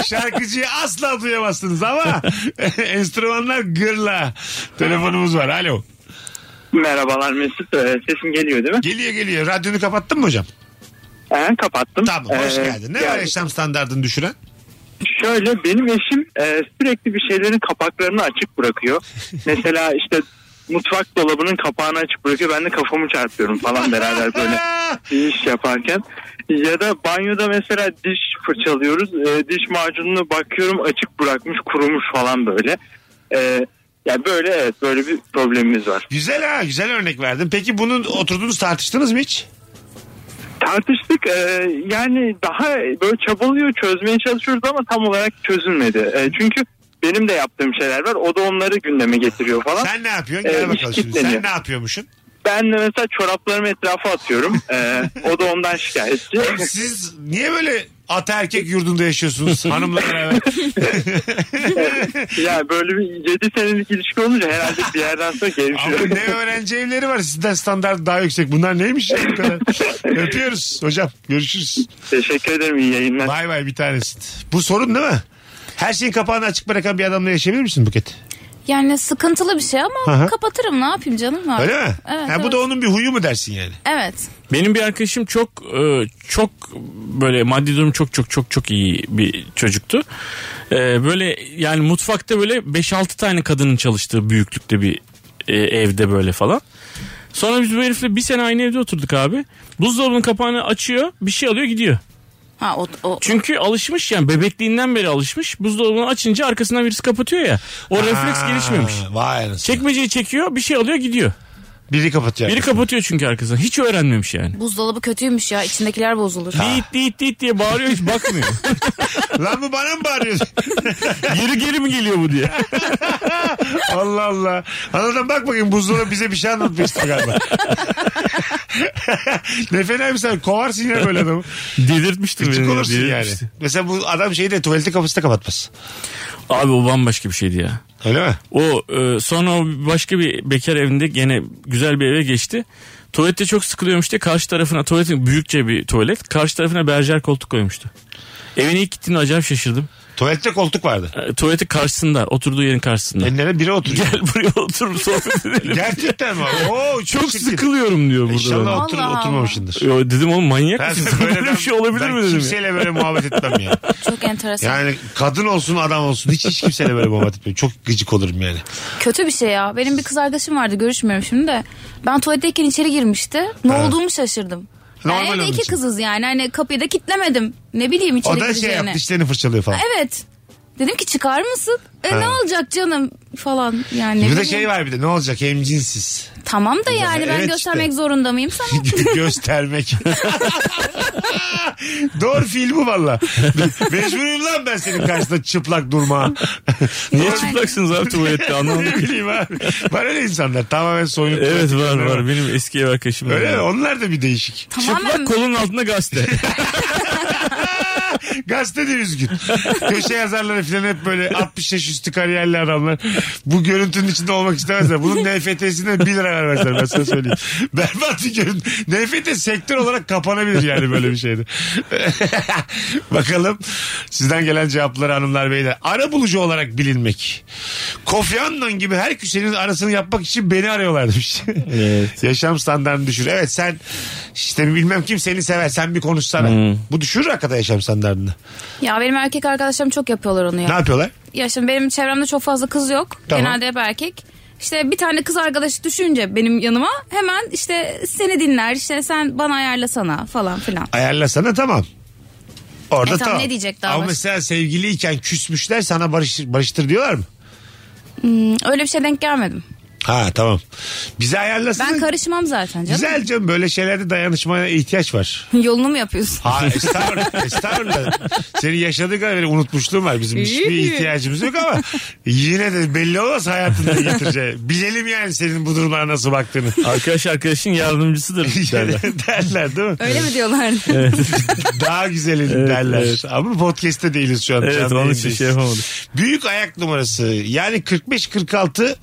Speaker 3: Şarkıcıyı asla duyamazsınız ama enstrümanlar gırla. Telefonumuz var. Alo.
Speaker 9: Merhabalar Mesut. Ee, Sesim geliyor değil mi?
Speaker 3: Geliyor geliyor. Radyonu kapattın mı hocam?
Speaker 9: Ee, kapattım.
Speaker 3: Tamam hoş
Speaker 9: Ee,
Speaker 3: geldin. Ne var
Speaker 9: yani
Speaker 3: yaşam standartını düşüren?
Speaker 9: Şöyle benim eşim e, sürekli bir şeylerin kapaklarını açık bırakıyor. Mesela işte mutfak dolabının kapağını açık bırakıyor. Ben de kafamı çarpıyorum falan beraber böyle bir iş yaparken. Ya da banyoda mesela diş fırçalıyoruz. E, diş macununu bakıyorum açık bırakmış kurumuş falan böyle. E, ya böyle evet böyle bir problemimiz var.
Speaker 3: Güzel ha güzel örnek verdin. Peki bunun oturduğunuz tartıştınız mı hiç?
Speaker 9: Tartıştık e, yani daha böyle çabalıyor çözmeye çalışıyoruz ama tam olarak çözülmedi. E, çünkü benim de yaptığım şeyler var o da onları gündeme getiriyor falan.
Speaker 3: Sen ne yapıyorsun? Gel
Speaker 9: Ee,
Speaker 3: bakalım şimdi.
Speaker 9: iş
Speaker 3: Sen
Speaker 9: kitleniyor.
Speaker 3: ne yapıyormuşsun?
Speaker 9: Ben de mesela çoraplarımı etrafa atıyorum E, o da ondan şikayetçi.
Speaker 3: Siz niye böyle ata erkek yurdunda yaşıyorsunuz hanımla beraber?
Speaker 9: yani böyle bir 7 senelik ilişki olunca herhalde bir yerden sonra
Speaker 3: Ama
Speaker 9: gevşiyor.
Speaker 3: ne öğrenci evleri var sizden standart daha yüksek. Bunlar neymiş ya bu kadar? Öpüyoruz hocam. Görüşürüz.
Speaker 9: Teşekkür ederim iyi yayınlar.
Speaker 3: Bay bay bir tanesi. Bu sorun değil mi? Her şeyin kapağını açık bırakan bir adamla yaşayabilir misin Buket?
Speaker 4: Yani sıkıntılı bir şey ama
Speaker 3: Aha.
Speaker 4: kapatırım ne yapayım canım var.
Speaker 3: Öyle mi?
Speaker 4: Evet.
Speaker 3: ha, bu
Speaker 4: evet.
Speaker 3: da onun bir huyu mu dersin yani?
Speaker 4: Evet.
Speaker 5: Benim bir arkadaşım çok e, çok böyle maddi durum çok çok çok çok iyi bir çocuktu. E, Böyle yani mutfakta böyle 5-6 tane kadının çalıştığı büyüklükte bir e, evde böyle falan. Sonra biz bu herifle bir sene aynı evde oturduk abi. Buzdolabının kapağını açıyor bir şey alıyor gidiyor.
Speaker 4: Ha o, o
Speaker 5: Çünkü alışmış yani bebekliğinden beri alışmış. Buzdolabını açınca arkasından birisi kapatıyor ya. O refleks
Speaker 3: Ha,
Speaker 5: gelişmemiş.
Speaker 3: Vay anasını.
Speaker 5: Çekmeceyi çekiyor bir şey alıyor gidiyor.
Speaker 3: Biri kapatıyor.
Speaker 5: Biri kapatıyor çünkü arkasından. Hiç öğrenmemiş yani.
Speaker 4: buzdolabı kötüymüş ya içindekiler bozulur.
Speaker 5: Dit dit dit diye bağırıyor hiç bakmıyor.
Speaker 3: Lan bu bana mı bağırıyorsun?
Speaker 5: geri geri mi geliyor bu diye.
Speaker 3: Allah Allah. Anladım bak bakayım buzdolabı bize bir şey anlatmıştı galiba. ne fena bir sen kovarsın ya böyle adamı.
Speaker 5: Delirtmişti
Speaker 3: Küçük
Speaker 5: beni. ya,
Speaker 3: olursun yani.
Speaker 5: delirtmişti.
Speaker 3: Mesela bu adam şeyi de tuvaleti kapısı da kapatmaz.
Speaker 5: Abi o bambaşka bir şeydi ya.
Speaker 3: Öyle mi?
Speaker 5: O e, sonra o başka bir bekar evinde gene güzel bir eve geçti. Tuvalette çok sıkılıyormuş diye karşı tarafına tuvaletin büyükçe bir tuvalet. Karşı tarafına berjer koltuk koymuştu. Evine ilk gittiğimde acayip şaşırdım.
Speaker 3: Tuvalette koltuk vardı.
Speaker 5: E, tuvaleti karşısında oturduğu yerin karşısında.
Speaker 3: Önlere biri oturuyor.
Speaker 5: Gel buraya otur sohbet edelim.
Speaker 3: Gerçekten mi? Oo, çok,
Speaker 5: çok
Speaker 3: çirkin.
Speaker 5: sıkılıyorum diyor burada.
Speaker 3: İnşallah
Speaker 4: Allah
Speaker 3: otur,
Speaker 4: Allah.
Speaker 3: oturmamışsındır.
Speaker 5: Yo, dedim oğlum manyak
Speaker 3: Ben
Speaker 5: mısın?
Speaker 3: böyle-
Speaker 5: Böyle bir şey olabilir
Speaker 3: ben
Speaker 5: mi dedim. ya.
Speaker 3: Kimseyle böyle muhabbet etmem ya.
Speaker 4: Çok enteresan.
Speaker 3: Yani kadın olsun adam olsun hiç hiç kimseyle böyle muhabbet etmem. Çok gıcık olurum yani.
Speaker 4: Kötü bir şey ya. Benim bir kız arkadaşım vardı görüşmüyorum şimdi de. Ben tuvaletteyken içeri girmişti. Ne
Speaker 3: Ha.
Speaker 4: olduğumu şaşırdım.
Speaker 3: Normal
Speaker 4: Yani evde
Speaker 3: onun
Speaker 4: iki
Speaker 3: için.
Speaker 4: kızız yani. Hani kapıyı da kitlemedim. Ne bileyim içeri
Speaker 3: o da şey
Speaker 4: gireceğini.
Speaker 3: yaptı dişlerini fırçalıyor falan.
Speaker 4: Evet. Dedim ki çıkar mısın? E, ne olacak canım falan yani. ne
Speaker 3: bir de
Speaker 4: bileyim.
Speaker 3: şey var bir de ne olacak hemcinsiz.
Speaker 4: Tamam da yani ben
Speaker 3: Evet
Speaker 4: göstermek
Speaker 3: işte.
Speaker 4: zorunda mıyım sana?
Speaker 3: göstermek. Doğru fiil bu valla. Mecburum lan ben senin karşısında çıplak durma.
Speaker 5: Niye çıplaksınız abi tuvalette
Speaker 3: ne
Speaker 5: anlamadım.
Speaker 3: bileyim abi. Var öyle insanlar tamamen soyunuk.
Speaker 5: Evet var var benim eski ev arkadaşım. var.
Speaker 3: Öyle mi? Onlar da bir değişik.
Speaker 5: Çıplak
Speaker 4: Tamamen
Speaker 5: kolun altında gazete.
Speaker 3: Gazete de üzgün. Köşe yazarları falan hep böyle 60 yaş üstü kariyerli adamlar. Bu görüntünün içinde olmak istemezler. Bunun NFT'sine 1 lira vermezler ben sana söyleyeyim. Berbat bir görüntü. NFT sektör olarak kapanabilir yani böyle bir şeyde. Bakalım sizden gelen cevapları hanımlar beyler. Ara bulucu olarak bilinmek. Kofi Annan gibi her küsenin arasını yapmak için beni arıyorlar demiş. Yaşam standartını düşür. Evet sen işte bilmem kim seni sever sen bir konuşsana. Bu düşürür hakikaten yaşam standartını.
Speaker 4: ya benim erkek arkadaşlarım çok yapıyorlar onu ya.
Speaker 3: Ne yapıyorlar?
Speaker 4: Ya şimdi benim çevremde çok fazla kız yok.
Speaker 3: Tamam.
Speaker 4: Genelde hep erkek. İşte bir tane kız arkadaşı düşünce benim yanıma hemen işte seni dinler işte sen bana ayarlasana falan filan.
Speaker 3: Ayarlasana tamam. Orada
Speaker 4: E tamam,
Speaker 3: tamam.
Speaker 4: ne diyecek daha
Speaker 3: Ama
Speaker 4: başka?
Speaker 3: mesela sevgiliyken küsmüşler sana barıştır, barıştır diyorlar mı?
Speaker 4: Öyle bir şey denk gelmedim.
Speaker 3: Ha tamam. Bize ayarlasana.
Speaker 4: Ben karışmam zaten canım.
Speaker 3: Güzel canım böyle şeylerde dayanışmaya ihtiyaç var.
Speaker 4: Yolunu mu yapıyorsun?
Speaker 3: Ha estağfurullah. estağfurullah. Senin yaşadığın kadar benim unutmuşluğum var. Bizim hiçbir ihtiyacımız yok ama yine de belli olmaz hayatında getireceği. Bilelim yani senin bu durumlara nasıl baktığını.
Speaker 5: Arkadaş arkadaşın yardımcısıdır derler.
Speaker 3: derler değil mi?
Speaker 4: Öyle mi diyorlar?
Speaker 3: Daha güzelin derler.
Speaker 5: evet.
Speaker 3: Ama podcast'te değiliz şu an.
Speaker 5: Evet
Speaker 3: Canlı
Speaker 5: onun için
Speaker 3: yayındayız.
Speaker 5: şey yapamadık.
Speaker 3: Büyük ayak numarası yani 45-46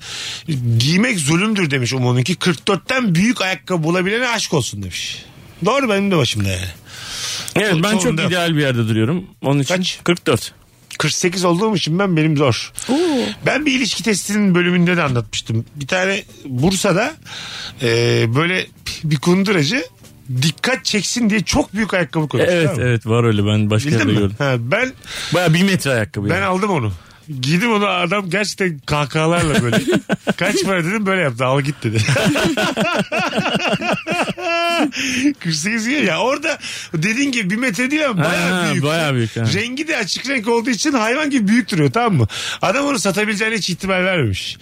Speaker 3: giymek zulümdür demiş Umun'unki. 44'ten büyük ayakkabı bulabilene aşk olsun demiş. Doğru benim de başımda yani.
Speaker 5: Evet ben çok
Speaker 3: Sonunda.
Speaker 5: ideal bir yerde duruyorum. Onun için
Speaker 3: Kaç?
Speaker 5: 44.
Speaker 3: 48 olduğum için ben benim zor. Ben bir ilişki testinin bölümünde de anlatmıştım. Bir tane Bursa'da e, böyle bir kunduracı dikkat çeksin diye çok büyük ayakkabı koymuş.
Speaker 5: Evet
Speaker 3: tamam mı?
Speaker 5: evet var öyle ben başka
Speaker 3: Bildin
Speaker 5: yerde
Speaker 3: mi?
Speaker 5: gördüm.
Speaker 3: Ha, ben
Speaker 5: Baya bir metre ayakkabı
Speaker 3: Ben
Speaker 5: yani.
Speaker 3: aldım onu. Giydim onu adam gerçekten kahkahalarla böyle. Kaç para dedim böyle yaptı al git dedi. 48 ya, ya orada dediğin gibi bir metre değil ama bayağı
Speaker 5: Ha,
Speaker 3: büyük.
Speaker 5: bayağı büyük, ha.
Speaker 3: Rengi de açık renk olduğu için hayvan gibi büyük duruyor tamam mı? Adam onu satabileceğine hiç ihtimal vermemiş.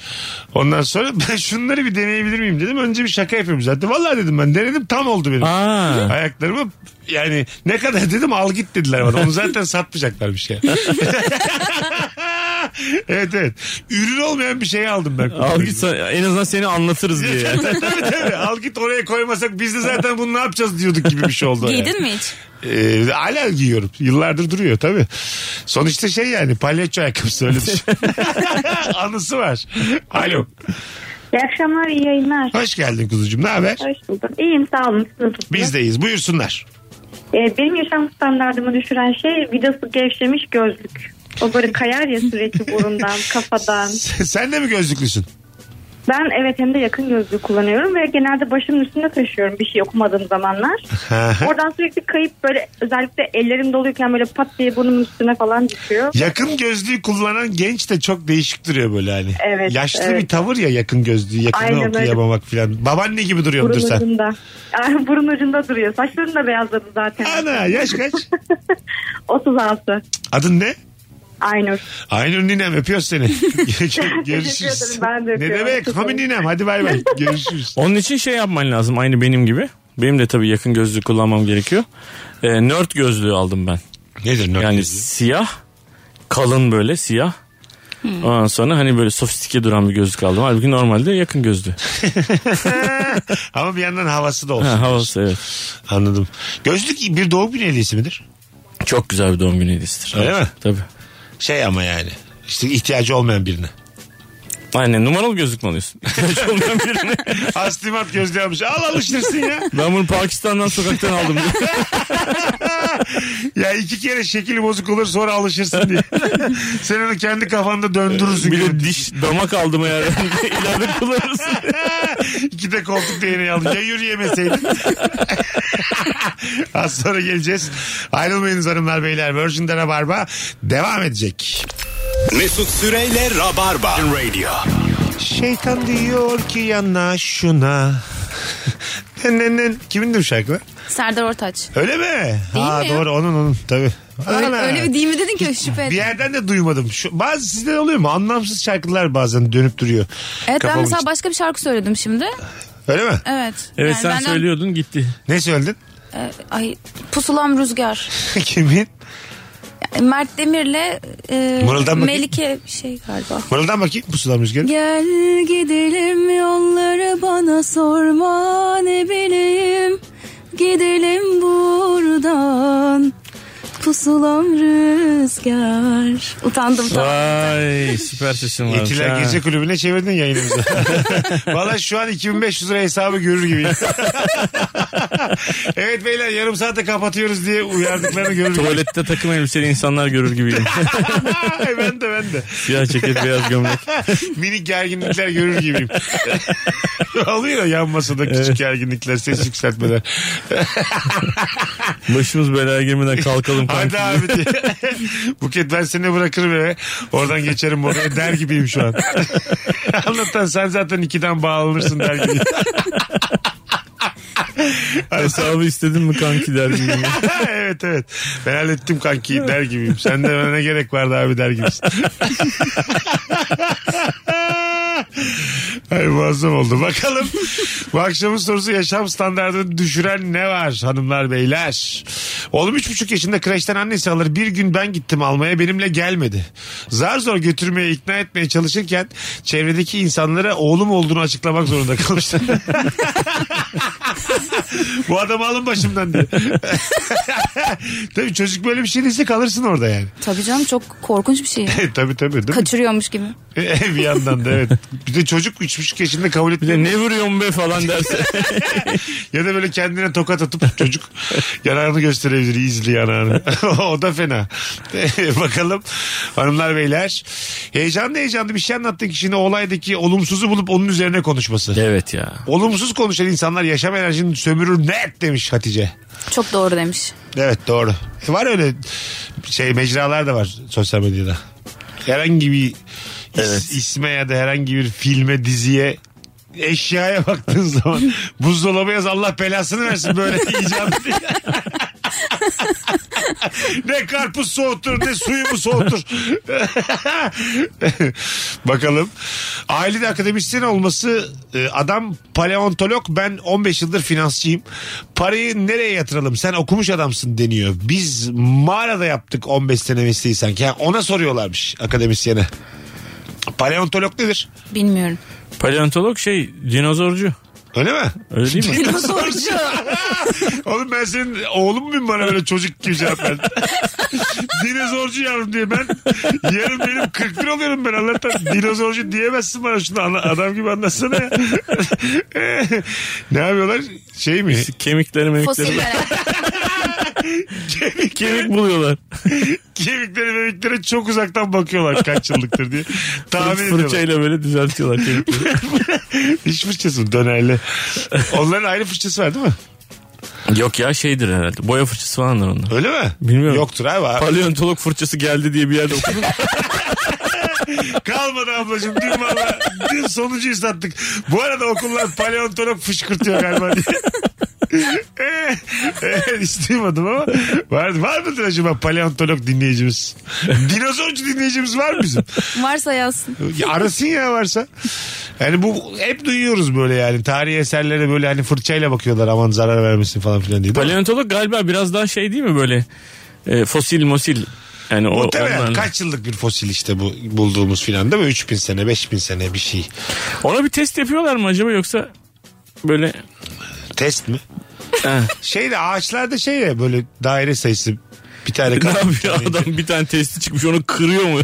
Speaker 3: Ondan sonra ben şunları bir deneyebilir miyim dedim. Önce bir şaka yapıyorum zaten. Vallahi dedim ben denedim tam oldu benim.
Speaker 5: Aa.
Speaker 3: Ayaklarımı yani ne kadar dedim al git dediler bana. Onu zaten satmayacaklar bir şey. evet evet. Ürün olmayan bir şey aldım ben.
Speaker 5: Al git sen- en azından seni anlatırız diye. yani.
Speaker 3: tabii, tabii. Al git oraya koymasak biz de zaten bunu ne yapacağız diyorduk gibi bir şey oldu. yani.
Speaker 4: Giydin mi hiç?
Speaker 3: Ee, hala giyiyorum. Yıllardır duruyor tabii. Sonuçta şey yani palyaço ayakkabısı öyle düşün. Anısı var. Alo.
Speaker 7: İyi akşamlar, iyi yayınlar.
Speaker 3: Hoş geldin kuzucuğum. Ne haber?
Speaker 7: Hoş buldum. İyiyim, sağ olun. Siz nasılsınız?
Speaker 3: Biz deyiz. Buyursunlar.
Speaker 7: Ee, benim yaşam standartımı düşüren şey vidası gevşemiş gözlük. O böyle kayar ya sürekli burundan, kafadan.
Speaker 3: Sen de mi gözlüklüsün?
Speaker 7: Ben evet hem de yakın gözlüğü kullanıyorum ve genelde başımın üstünde taşıyorum bir şey okumadığım zamanlar. Oradan sürekli kayıp böyle özellikle ellerim doluyken böyle pat diye burnumun üstüne falan düşüyor.
Speaker 3: Yakın gözlüğü kullanan genç de çok değişik duruyor böyle hani.
Speaker 7: Evet,
Speaker 3: Yaşlı
Speaker 7: evet.
Speaker 3: bir tavır ya yakın gözlüğü yakından
Speaker 7: Aynen öyle.
Speaker 3: okuyamamak falan. Babaanne gibi
Speaker 7: Burun
Speaker 3: duruyordur sen.
Speaker 7: ucunda. Yani burun ucunda duruyor. Saçlarım da beyazladı zaten.
Speaker 3: Ana yaş kaç?
Speaker 7: 36.
Speaker 3: Adın ne?
Speaker 7: Aynur.
Speaker 3: Aynur ninem öpüyoruz seni. Görüşürüz.
Speaker 7: ederim, ben de
Speaker 3: ne
Speaker 7: öpüyorum.
Speaker 3: demek? Hami ninem hadi bay bay. Görüşürüz.
Speaker 5: Onun için şey yapman lazım aynı benim gibi. Benim de tabii yakın gözlük kullanmam gerekiyor. Ee, nerd gözlüğü aldım ben.
Speaker 3: Nedir nört
Speaker 5: Yani
Speaker 3: gözlüğü?
Speaker 5: siyah, kalın böyle siyah. Ondan sonra hani böyle sofistike duran bir gözlük aldım. Halbuki normalde yakın gözlü.
Speaker 3: Ama bir yandan havası da olsun.
Speaker 5: Ha, havası evet.
Speaker 3: Anladım. Gözlük bir doğum günü hediyesi midir?
Speaker 5: Çok güzel bir doğum günü hediyesidir.
Speaker 3: Öyle
Speaker 5: Evet,
Speaker 3: mi?
Speaker 5: Tabii.
Speaker 3: Şey ama yani. İşte ihtiyacı olmayan birine.
Speaker 5: Aynen numaralı gözlük mü alıyorsun? İhtiyaç olmayan birine.
Speaker 3: Astimat gözlüğü almış. Al alıştırsın ya.
Speaker 5: ben bunu Pakistan'dan sokaktan aldım.
Speaker 3: Ya iki kere şekil bozuk olur sonra alışırsın diye. Sen onu kendi kafanda döndürürsün.
Speaker 5: bir de
Speaker 3: gibi.
Speaker 5: diş damak aldım eğer. İleride kullanırsın.
Speaker 3: İki de koltuk değneği aldın. Ya yürüyemeseydin. Az sonra geleceğiz. Ayrılmayınız hanımlar beyler. Virgin'de Rabarba devam edecek.
Speaker 2: Mesut Süreyle Rabarba. Radio.
Speaker 3: Şeytan diyor ki yana şuna. Nenenen. Kimindir bu şarkı?
Speaker 4: Serdar Ortaç.
Speaker 3: Öyle mi?
Speaker 4: Değil
Speaker 3: ha
Speaker 4: mi ya?
Speaker 3: doğru onun onun tabii.
Speaker 4: Öyle,
Speaker 3: Ana.
Speaker 4: öyle bir değil mi dedin ki şüphe
Speaker 3: Bir
Speaker 4: ettim.
Speaker 3: yerden de duymadım. Şu, bazı sizde oluyor mu? Anlamsız şarkılar bazen dönüp duruyor.
Speaker 4: Evet ben
Speaker 3: Kafamın
Speaker 4: mesela
Speaker 3: içi-
Speaker 4: başka bir şarkı söyledim şimdi.
Speaker 3: Öyle mi?
Speaker 4: Evet.
Speaker 5: Evet
Speaker 4: Yani
Speaker 5: sen
Speaker 4: benden-
Speaker 5: söylüyordun gitti.
Speaker 3: Ne söyledin?
Speaker 4: e, ay pusulam rüzgar.
Speaker 3: Kimin?
Speaker 4: E, Mert Demir'le e,
Speaker 3: Mırıldan bakayım.
Speaker 4: Melike şey galiba.
Speaker 3: Mırıldan bakayım pusulam rüzgarı.
Speaker 4: Gel gidelim yolları bana sorma ne bileyim. Gidelim buradan. Pusulam rüzgar. Utandım tam.
Speaker 5: Vay süper sesin varmış.
Speaker 3: Yetiler
Speaker 5: ha.
Speaker 3: Gece Kulübü'ne çevirdin yayınımızı. Valla şu an 2500 lira hesabı görür gibiyim. evet beyler yarım saate kapatıyoruz diye uyardıklarını görür gibiyim.
Speaker 5: Tuvalette takım elbiseli insanlar görür gibiyim.
Speaker 3: ben de ben de.
Speaker 5: Siyah ceket beyaz gömlek.
Speaker 3: Minik gerginlikler görür gibiyim. Oluyor ya yan masada küçük gerginlikler, ses yükseltmeler.
Speaker 5: Başımız belaya girmeden kalkalım kanka.
Speaker 3: Hadi abi diye. Buket ben seni bırakırım eve. Oradan geçerim oraya der gibiyim şu an. Anlatan sen zaten ikiden bağlanırsın der gibiyim.
Speaker 5: Hesabı istedin mi kanki der gibiyim.
Speaker 3: evet evet. Ben hallettim kanki der gibiyim. Sen de bana ne gerek vardı abi der gibisin. Ay muazzam oldu. Bakalım bu akşamın sorusu yaşam standartını düşüren ne var hanımlar beyler? Oğlum üç buçuk yaşında kreşten annesi alır. Bir gün ben gittim almaya benimle gelmedi. Zar zor götürmeye ikna etmeye çalışırken çevredeki insanlara oğlum olduğunu açıklamak zorunda kalmıştım. bu adamı alın başımdan diye. tabii çocuk böyle bir şey değilse kalırsın orada yani.
Speaker 4: Tabii canım çok korkunç bir şey.
Speaker 3: E, tabii tabii değil mi? E,
Speaker 4: Kaçırıyormuş gibi.
Speaker 3: bir yandan da evet. Bir de çocuk üç buçuk yaşında kabul
Speaker 5: Bir
Speaker 3: etmiyor.
Speaker 5: de ne vuruyorsun be falan derse.
Speaker 3: Ya da böyle kendine tokat atıp çocuk yanağını gösterebilir izli yanağını. o da fena. E, Bakalım hanımlar beyler. Heyecanlı heyecanlı bir şey anlattı kişinin o olaydaki olumsuzu bulup onun üzerine konuşması.
Speaker 5: evet ya.
Speaker 3: Olumsuz konuşan insanlar yaşam enerjini sömürür net demiş Hatice.
Speaker 4: Çok doğru demiş.
Speaker 3: Evet doğru. E, var öyle şey mecralar da var sosyal medyada. Herhangi bir is- isme ya da herhangi bir filme, diziye eşyaya baktığın zaman buzdolabı yaz Allah belasını versin böyle icat diye. ne karpuz soğutur ne suyumu soğutur. Bakalım. Ailede akademisyen olması e, adam paleontolog ben 15 yıldır finansçıyım. Parayı nereye yatıralım sen okumuş adamsın deniyor. Biz mağarada yaptık 15 sene mesleği sanki. Yani ona soruyorlarmış akademisyene. Paleontolog nedir?
Speaker 4: Bilmiyorum.
Speaker 5: Paleontolog şey dinozorcu.
Speaker 3: Öyle mi?
Speaker 5: Öyle değil mi?
Speaker 3: Dinozorcu. Oğlum ben senin oğlum muyum bana böyle çocuk gibi cevap verdin? Dinozorcu yavrum diye ben yarın benim 41 oluyorum ben Allah'tan. Dinozorcu diyemezsin bana şunu ana- adam gibi anlatsana ya. ne yapıyorlar? Şey mi?
Speaker 5: Kemikleri memikleri.
Speaker 4: Fosillere.
Speaker 3: Kemik,
Speaker 5: Kemik buluyorlar.
Speaker 3: kemiklere memiklere çok uzaktan bakıyorlar kaç yıllıktır diye. Tahmin ediyorlar.
Speaker 5: Fırçayla böyle düzeltiyorlar kemikleri.
Speaker 3: Diş fırçası mı? Dönerli. Onların ayrı fırçası var değil mi?
Speaker 5: Yok ya şeydir herhalde. Boya fırçası falandır onlar.
Speaker 3: Öyle mi?
Speaker 5: Bilmiyorum.
Speaker 3: Yoktur abi.
Speaker 5: Paleontolog fırçası geldi diye bir yerde okudum.
Speaker 3: Kalmadı ablacığım. Dün valla dün sonucu sattık. Bu arada okullar paleontolog fışkırtıyor galiba diye. Ee, e, hiç duymadım ama var, var mıdır acaba paleontolog dinleyicimiz? Dinozorcu dinleyicimiz var mı bizim?
Speaker 4: Varsa yazsın.
Speaker 3: Ya arasın ya varsa. Yani bu hep duyuyoruz böyle yani. Tarihi eserlere böyle hani fırçayla bakıyorlar aman zarar vermesin falan filan diye.
Speaker 5: Paleontolog galiba biraz daha şey değil mi böyle e, fosil mosil. Yani o,
Speaker 3: Muhtemelen
Speaker 5: onlarla.
Speaker 3: kaç yıllık bir fosil işte bu bulduğumuz filan değil mi? 3000 sene 5000 sene bir şey.
Speaker 5: Ona bir test yapıyorlar mı acaba yoksa böyle
Speaker 3: Test mi?
Speaker 5: Ha.
Speaker 3: şey de ağaçlarda şey ya böyle daire sayısı bir tane
Speaker 5: ne
Speaker 3: kalmış.
Speaker 5: yapıyor adam bir tane testi çıkmış onu kırıyor mu?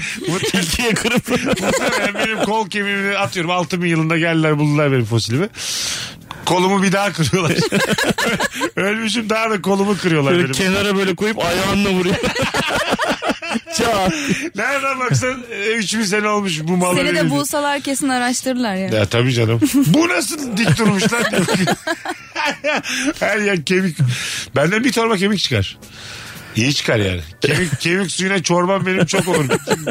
Speaker 5: İkiye kırıp
Speaker 3: Muhtemelen benim kol kemiğimi atıyorum 6000 yılında geldiler buldular benim fosilimi. Kolumu bir daha kırıyorlar. Ölmüşüm daha da kolumu kırıyorlar
Speaker 5: böyle
Speaker 3: benim.
Speaker 5: kenara böyle koyup ayağınla vuruyor. Çağ.
Speaker 3: Nereden baksan e, 3000 sene olmuş bu mal.
Speaker 4: Seni de
Speaker 3: öleli.
Speaker 4: bulsalar kesin araştırırlar yani.
Speaker 3: Ya tabii canım. Bu nasıl dik durmuş lan? Her yer kemik. Benden bir torba kemik çıkar. İyi çıkar yani. Kemik, kemik suyuna çorban benim çok olur.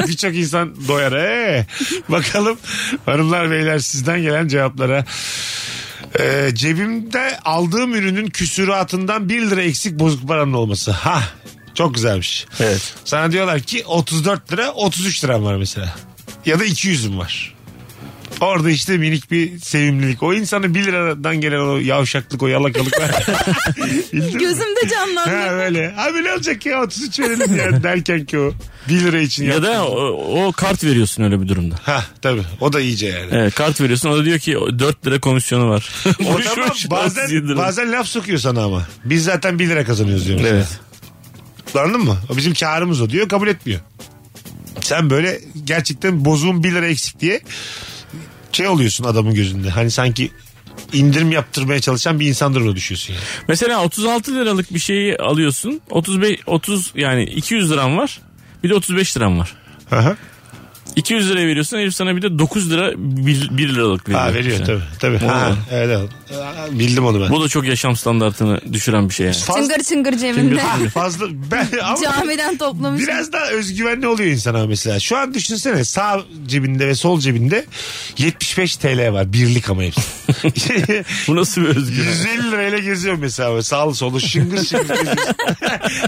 Speaker 3: Birçok insan doyar. Ee, bakalım hanımlar beyler sizden gelen cevaplara. Ee, cebimde aldığım ürünün küsüratından 1 lira eksik bozuk paranın olması. Ha çok güzelmiş.
Speaker 5: Evet.
Speaker 3: Sana diyorlar ki 34 lira 33 liram var mesela. Ya da 200'üm var. Orada işte minik bir sevimlilik. O insanı 1 liradan gelen o yavşaklık, o yalakalık var. Bildin mi?
Speaker 4: Gözümde
Speaker 3: Ha
Speaker 4: canlandı.
Speaker 3: böyle. Abi ne olacak ya 33 verelim ya derken ki o 1 lira için
Speaker 5: Ya
Speaker 3: yaptı.
Speaker 5: da o, o kart veriyorsun öyle bir durumda.
Speaker 3: Ha tabii o da iyice yani.
Speaker 5: Evet kart veriyorsun o da diyor ki "O 4 lira komisyonu var.
Speaker 3: O
Speaker 5: Boş
Speaker 3: tamam,
Speaker 5: ver şu altı
Speaker 3: bazen,
Speaker 5: yedi lira.
Speaker 3: bazen laf sokuyor sana ama. Biz zaten 1 lira kazanıyoruz diyor. mesela.
Speaker 5: Evet.
Speaker 3: Anladın mı? O bizim karımız o diyor kabul etmiyor. Sen böyle gerçekten bozuğun 1 lira eksik diye şey oluyorsun adamın gözünde. Hani sanki indirim yaptırmaya çalışan bir insan durumuna düşüyorsun yani.
Speaker 5: Mesela 36 liralık bir şeyi alıyorsun. 35 30 yani 200 liram var. Bir de 35 liram var.
Speaker 3: Aha.
Speaker 5: 200 lira veriyorsun herif sana bir de 9 lira 1, liralık veriyor.
Speaker 3: Ha veriyor
Speaker 5: Mesela.
Speaker 3: tabii. tabii. Ha,
Speaker 5: Vallahi.
Speaker 3: evet, evet. Aa, Bildim onu ben.
Speaker 5: Bu da çok yaşam standartını düşüren bir şey yani.
Speaker 3: Fazla,
Speaker 4: Çıngır çıngır cebinde.
Speaker 3: fazla ben ama
Speaker 4: Camiden toplamış.
Speaker 3: biraz daha özgüvenli oluyor insana mesela. Şu an düşünsene sağ cebinde ve sol cebinde 75 TL var. Birlik ama hepsi.
Speaker 5: Bu nasıl bir özgür?
Speaker 3: 150 lirayla geziyorum mesela. böyle Sağlı solu şıngır şıngır geziyorsun.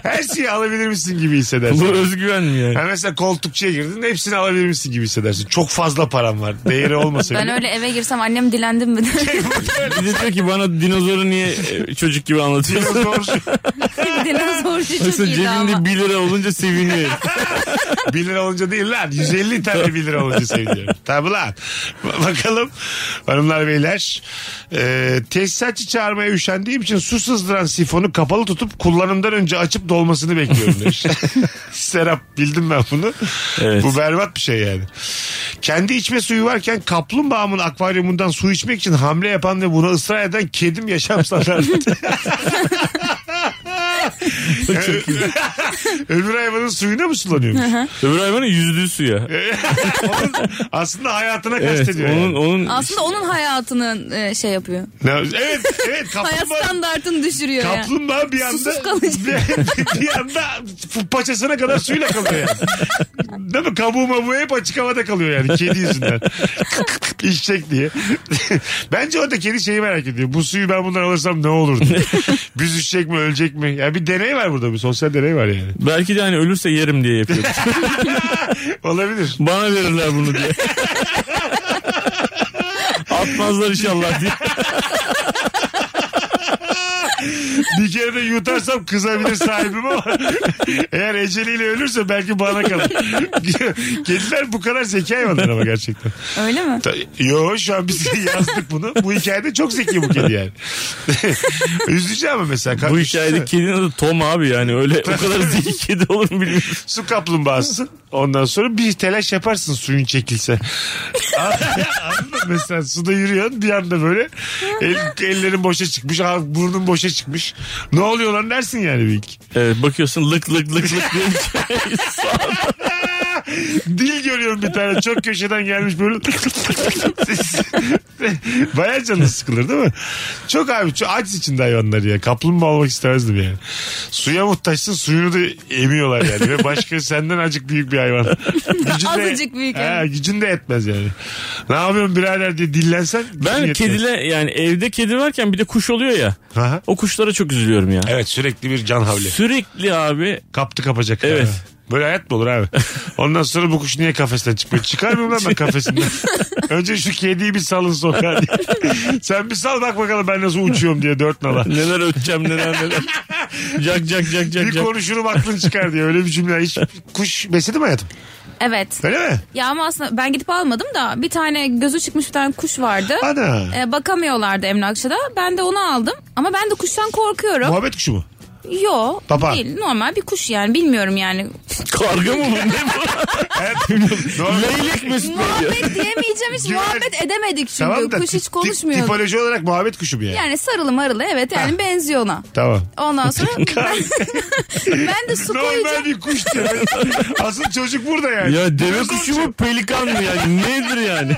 Speaker 3: Her şeyi alabilir misin gibi
Speaker 5: Bu
Speaker 3: hissedersin.
Speaker 5: özgüven mi yani?
Speaker 3: Ha mesela koltukçuya girdin hepsini alabilir misin gibi hissedersin. Çok fazla param var. Değeri olmasa
Speaker 4: Ben
Speaker 3: bile.
Speaker 4: öyle eve girsem annem dilendim mi der.
Speaker 5: Bir de diyor ki bana dinozoru niye e, çocuk gibi anlatıyorsun?
Speaker 3: Dinozor.
Speaker 4: Dinozorcu çok
Speaker 5: Mesela
Speaker 4: iyiydi ama.
Speaker 5: cebinde 1 lira olunca seviniyor.
Speaker 3: 1 lira olunca değil lan 150 tane 1 lira olunca seviniyorum. Tabi lan. Ba- Bakalım hanımlar beyler. Ee, tesisatçı çağırmaya üşendiğim için su sızdıran sifonu kapalı tutup kullanımdan önce açıp dolmasını bekliyorum demiş. Serap bildim ben bunu.
Speaker 5: Evet.
Speaker 3: Bu berbat bir şey yani. Kendi içme suyu varken kaplumbağamın akvaryumundan su içmek için hamle yapan ve buna ısrar eden kedim yaşam standartı. Öbür hayvanın suyuna mı sulanıyormuş?
Speaker 5: Öbür hayvanın yüzdüğü suya.
Speaker 3: Onun aslında hayatına
Speaker 5: Evet,
Speaker 3: kastediyor.
Speaker 5: onun,
Speaker 3: yani.
Speaker 5: onun
Speaker 4: Aslında onun hayatının e, şey yapıyor.
Speaker 3: Ne- Evet, evet
Speaker 4: Hayat
Speaker 3: kaplumbağa,
Speaker 4: standartını düşürüyor yani.
Speaker 3: kaplumbağa bir
Speaker 4: Susuz
Speaker 3: anda
Speaker 4: kalacak.
Speaker 3: bir, bir anda fu- paçasına kadar suyla kalıyor yani. Değil mi? Kabuğu mabuğu hep açık havada kalıyor yani kedi yüzünden. İçecek diye. Bence orada kedi şeyi merak ediyor. Bu suyu ben bundan alırsam ne olur diye. Büzüşecek mi ölecek mi? Yani bir deney var burada bir sosyal deney var yani.
Speaker 5: belki de hani ölürse yerim diye yapıyor.
Speaker 3: Olabilir.
Speaker 5: Bana verirler bunu diye. Atmazlar inşallah diye.
Speaker 3: Bir kere de yutarsam kızabilir sahibim ama eğer eceliyle ölürse belki bana kalır. Kediler bu kadar zeki hayvanlar ama gerçekten.
Speaker 4: Öyle mi?
Speaker 3: Ta- Yo şu an biz yazdık bunu. Bu hikayede çok zeki bu kedi yani. Üzücü ama mesela.
Speaker 5: Bu hikayede kedinin adı Tom abi yani öyle o kadar zeki kedi olur mu bilmiyorum.
Speaker 3: Su kaplumbağasısın. Ondan sonra bir telaş yaparsın suyun çekilse. Anladın mı? Mesela suda yürüyorsun bir anda böyle el, ellerin boşa çıkmış. ağ- Burnun boşa şey çıkmış. Ne oluyor lan dersin yani bir ilk.
Speaker 5: Evet, bakıyorsun lık lık lık lık diye bir şey.
Speaker 3: Dil görüyorum bir tane çok köşeden gelmiş böyle. Baya canı sıkılır değil mi? Çok abi çok aç içinde hayvanlar ya. Kaplumbağa olmak istemezdim yani. Suya muhtaçsın suyunu da emiyorlar yani. Ve başka senden acık büyük bir hayvan.
Speaker 4: Azıcık büyük,
Speaker 3: Ha,
Speaker 4: evet.
Speaker 3: gücün de etmez yani. Ne yapıyorsun birader diye dillensen. gücün
Speaker 5: Ben
Speaker 3: yetmez.
Speaker 5: kedile yani evde kedi varken bir de kuş oluyor ya.
Speaker 3: Aha.
Speaker 5: O kuşlara çok üzülüyorum ya.
Speaker 3: Evet sürekli bir can havli.
Speaker 5: Sürekli abi
Speaker 3: Kaptı kapacak.
Speaker 5: Evet.
Speaker 3: Ha. Böyle hayat mı olur abi? Ondan sonra bu kuş niye kafesten çıkmıyor? Çıkar mı lan ben kafesinden? Önce şu kediyi bir salın sokağa diye. Sen bir sal bak bakalım ben nasıl uçuyorum diye dört nala.
Speaker 5: neler öteceğim neler neler. Cak cak cak cak
Speaker 3: Bir
Speaker 5: cak.
Speaker 3: konuşurum aklın çıkar diye. Öyle bir cümle. Hiç kuş besledi mi hayatım?
Speaker 4: Evet.
Speaker 3: Öyle mi?
Speaker 4: Ya ama aslında ben gidip almadım da bir tane gözü çıkmış bir tane kuş vardı.
Speaker 3: Ana.
Speaker 4: Ee, bakamıyorlardı emlakçıda. Ben de onu aldım. Ama ben de kuştan korkuyorum.
Speaker 3: Muhabbet kuşu mu?
Speaker 4: Yo.
Speaker 3: Papağan.
Speaker 4: Değil. Normal bir kuş yani. Bilmiyorum yani.
Speaker 5: Karga mı bu? Ne
Speaker 3: Evet. Doğru.
Speaker 5: bu? Leylek mi?
Speaker 4: muhabbet diyemeyeceğim hiç.
Speaker 3: Güven-
Speaker 4: muhabbet edemedik çünkü.
Speaker 3: Tamam da
Speaker 4: kuş
Speaker 3: ti-
Speaker 4: hiç
Speaker 3: ti-
Speaker 4: konuşmuyordu.
Speaker 3: Tipoloji olarak muhabbet kuşu mu yani?
Speaker 4: Yani sarılı marılı evet yani benziyor ona.
Speaker 3: Tamam.
Speaker 4: Ondan sonra ben, ben de su
Speaker 3: Normal
Speaker 4: koyacağım.
Speaker 3: bir kuş diyor. Asıl çocuk burada yani.
Speaker 5: Ya deve
Speaker 3: Biraz
Speaker 5: kuşu
Speaker 3: olacak.
Speaker 5: mu pelikan mı yani? Nedir yani?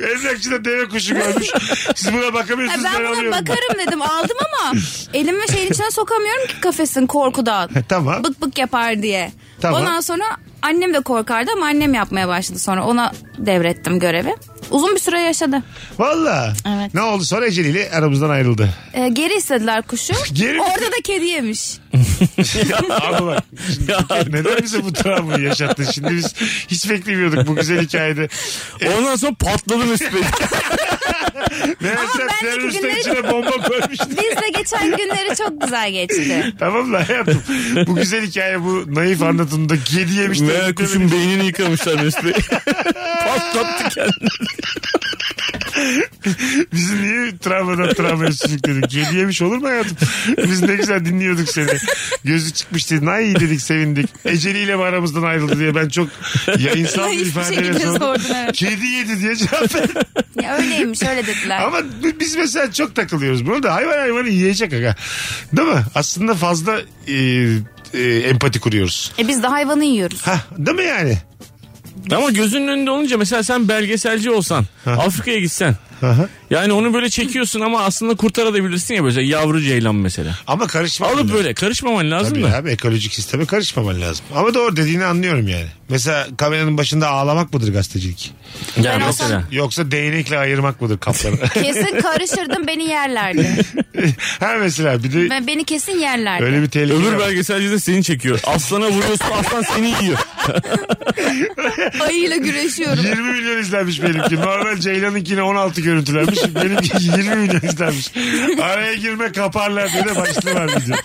Speaker 3: Emlakçı da deve kuşu görmüş. Siz buna
Speaker 4: Ha,
Speaker 3: bakamıyorsunuz ben,
Speaker 4: E, ben buna
Speaker 3: alıyorum.
Speaker 4: bakarım dedim aldım ama elimi şeyin içine sokamıyorum ki kafesin korkudan.
Speaker 3: Tamam.
Speaker 4: Bık bık yapar diye.
Speaker 3: Tamam.
Speaker 4: Ondan sonra annem de korkardı ama annem yapmaya başladı sonra ona devrettim görevi. Uzun bir süre yaşadı.
Speaker 3: Valla.
Speaker 4: Evet.
Speaker 3: Ne oldu sonra eceliyle aramızdan ayrıldı.
Speaker 4: Ee, geri istediler kuşu.
Speaker 3: Geri mi?
Speaker 4: Orada da kedi yemiş.
Speaker 3: Ama bak şimdi
Speaker 5: Ya
Speaker 3: neden bize bu travmayı yaşattın? Şimdi biz hiç beklemiyorduk bu güzel hikayede.
Speaker 5: Ondan sonra patladı mesela.
Speaker 3: Meğerse
Speaker 4: bendeki
Speaker 3: teröristler
Speaker 4: günleri-
Speaker 3: içine bomba koymuştu.
Speaker 4: Bizde geçen günleri çok güzel geçti.
Speaker 3: tamam da hayatım. Bu güzel hikaye bu naif anlatımda kedi yemişler.
Speaker 5: Meğer kuşun beynini yıkamışlar Mesut Bey. Patlattı kendini.
Speaker 3: Bizi niye travmadan travmaya sürükledin? Kedi yemiş olur mu hayatım? Biz ne güzel dinliyorduk seni. Gözü çıkmış dedin. Ay dedik sevindik. Eceliyle mi aramızdan ayrıldı diye ben çok ya insan bir
Speaker 4: Naif bir
Speaker 3: ifadeyle
Speaker 4: şekilde
Speaker 3: sordum.
Speaker 4: sordun, evet.
Speaker 3: Kedi yedi diye cevap verdim.
Speaker 4: Ya öyleymiş öyle dediler.
Speaker 3: Ama bi- biz mesela çok takılıyoruz. Bunu da hayvan hayvanı yiyecek aga. Değil mi? Aslında fazla e, e, empati kuruyoruz.
Speaker 4: E biz de hayvanı yiyoruz.
Speaker 3: Hah, değil mi yani?
Speaker 5: Ama gözünün önünde olunca mesela sen belgeselci olsan. Afrika'ya gitsen.
Speaker 3: Aha.
Speaker 5: Yani onu böyle çekiyorsun ama aslında kurtarabilirsin ya böyle yavru ceylan mesela.
Speaker 3: Ama karışma.
Speaker 5: Alıp böyle karışmaman lazım
Speaker 3: Tabii
Speaker 5: da.
Speaker 3: abi ekolojik sisteme karışmaman lazım. Ama doğru dediğini anlıyorum yani. Mesela kameranın başında ağlamak mıdır gazetecilik?
Speaker 5: Ya
Speaker 4: Ben
Speaker 5: mesela.
Speaker 3: Yoksa değnekle ayırmak mıdır kapları?
Speaker 4: Kesin karışırdım beni yerlerdi.
Speaker 3: ha mesela bir de
Speaker 4: Ben beni kesin yerlerdi.
Speaker 3: öyle bir tehlike
Speaker 5: Öbür
Speaker 3: var.
Speaker 5: belgeselci de seni çekiyor. Aslana vuruyorsun aslan seni yiyor.
Speaker 4: Ayıyla güreşiyorum.
Speaker 3: 20 milyon izlenmiş benimki. Normal Ceylan'ınkine 16 görüntülenmiş. Benimki 20 milyon izlenmiş. Araya girme kaparlar diye de başlığı var bizim.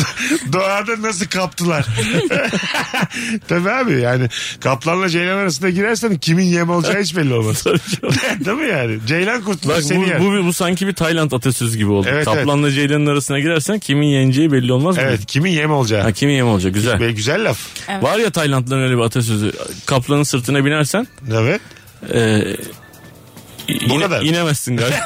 Speaker 3: Do- Doğada nasıl kaptılar? Tabii abi yani kaplanla ceylan arasında girersen kimin yem olacağı hiç belli olmaz. Değil mi yani? Ceylan kurtulur
Speaker 5: Bak
Speaker 3: seni yer.
Speaker 5: bu, bu, bu sanki bir Tayland atasözü gibi oldu.
Speaker 3: şey Evet,
Speaker 5: Kaplanla ceylanın arasına girersen kimin yeneceği belli olmaz mı?
Speaker 3: Evet kimin yem olacağı.
Speaker 5: Ha, kimin yem olacak güzel.
Speaker 3: Be- güzel laf.
Speaker 4: Evet.
Speaker 5: Var ya Taylandlıların öyle bir atasözü. Kaplanın sırtına binersen
Speaker 3: Evet.
Speaker 5: e, yine,
Speaker 3: kadar.
Speaker 5: inemezsin galiba.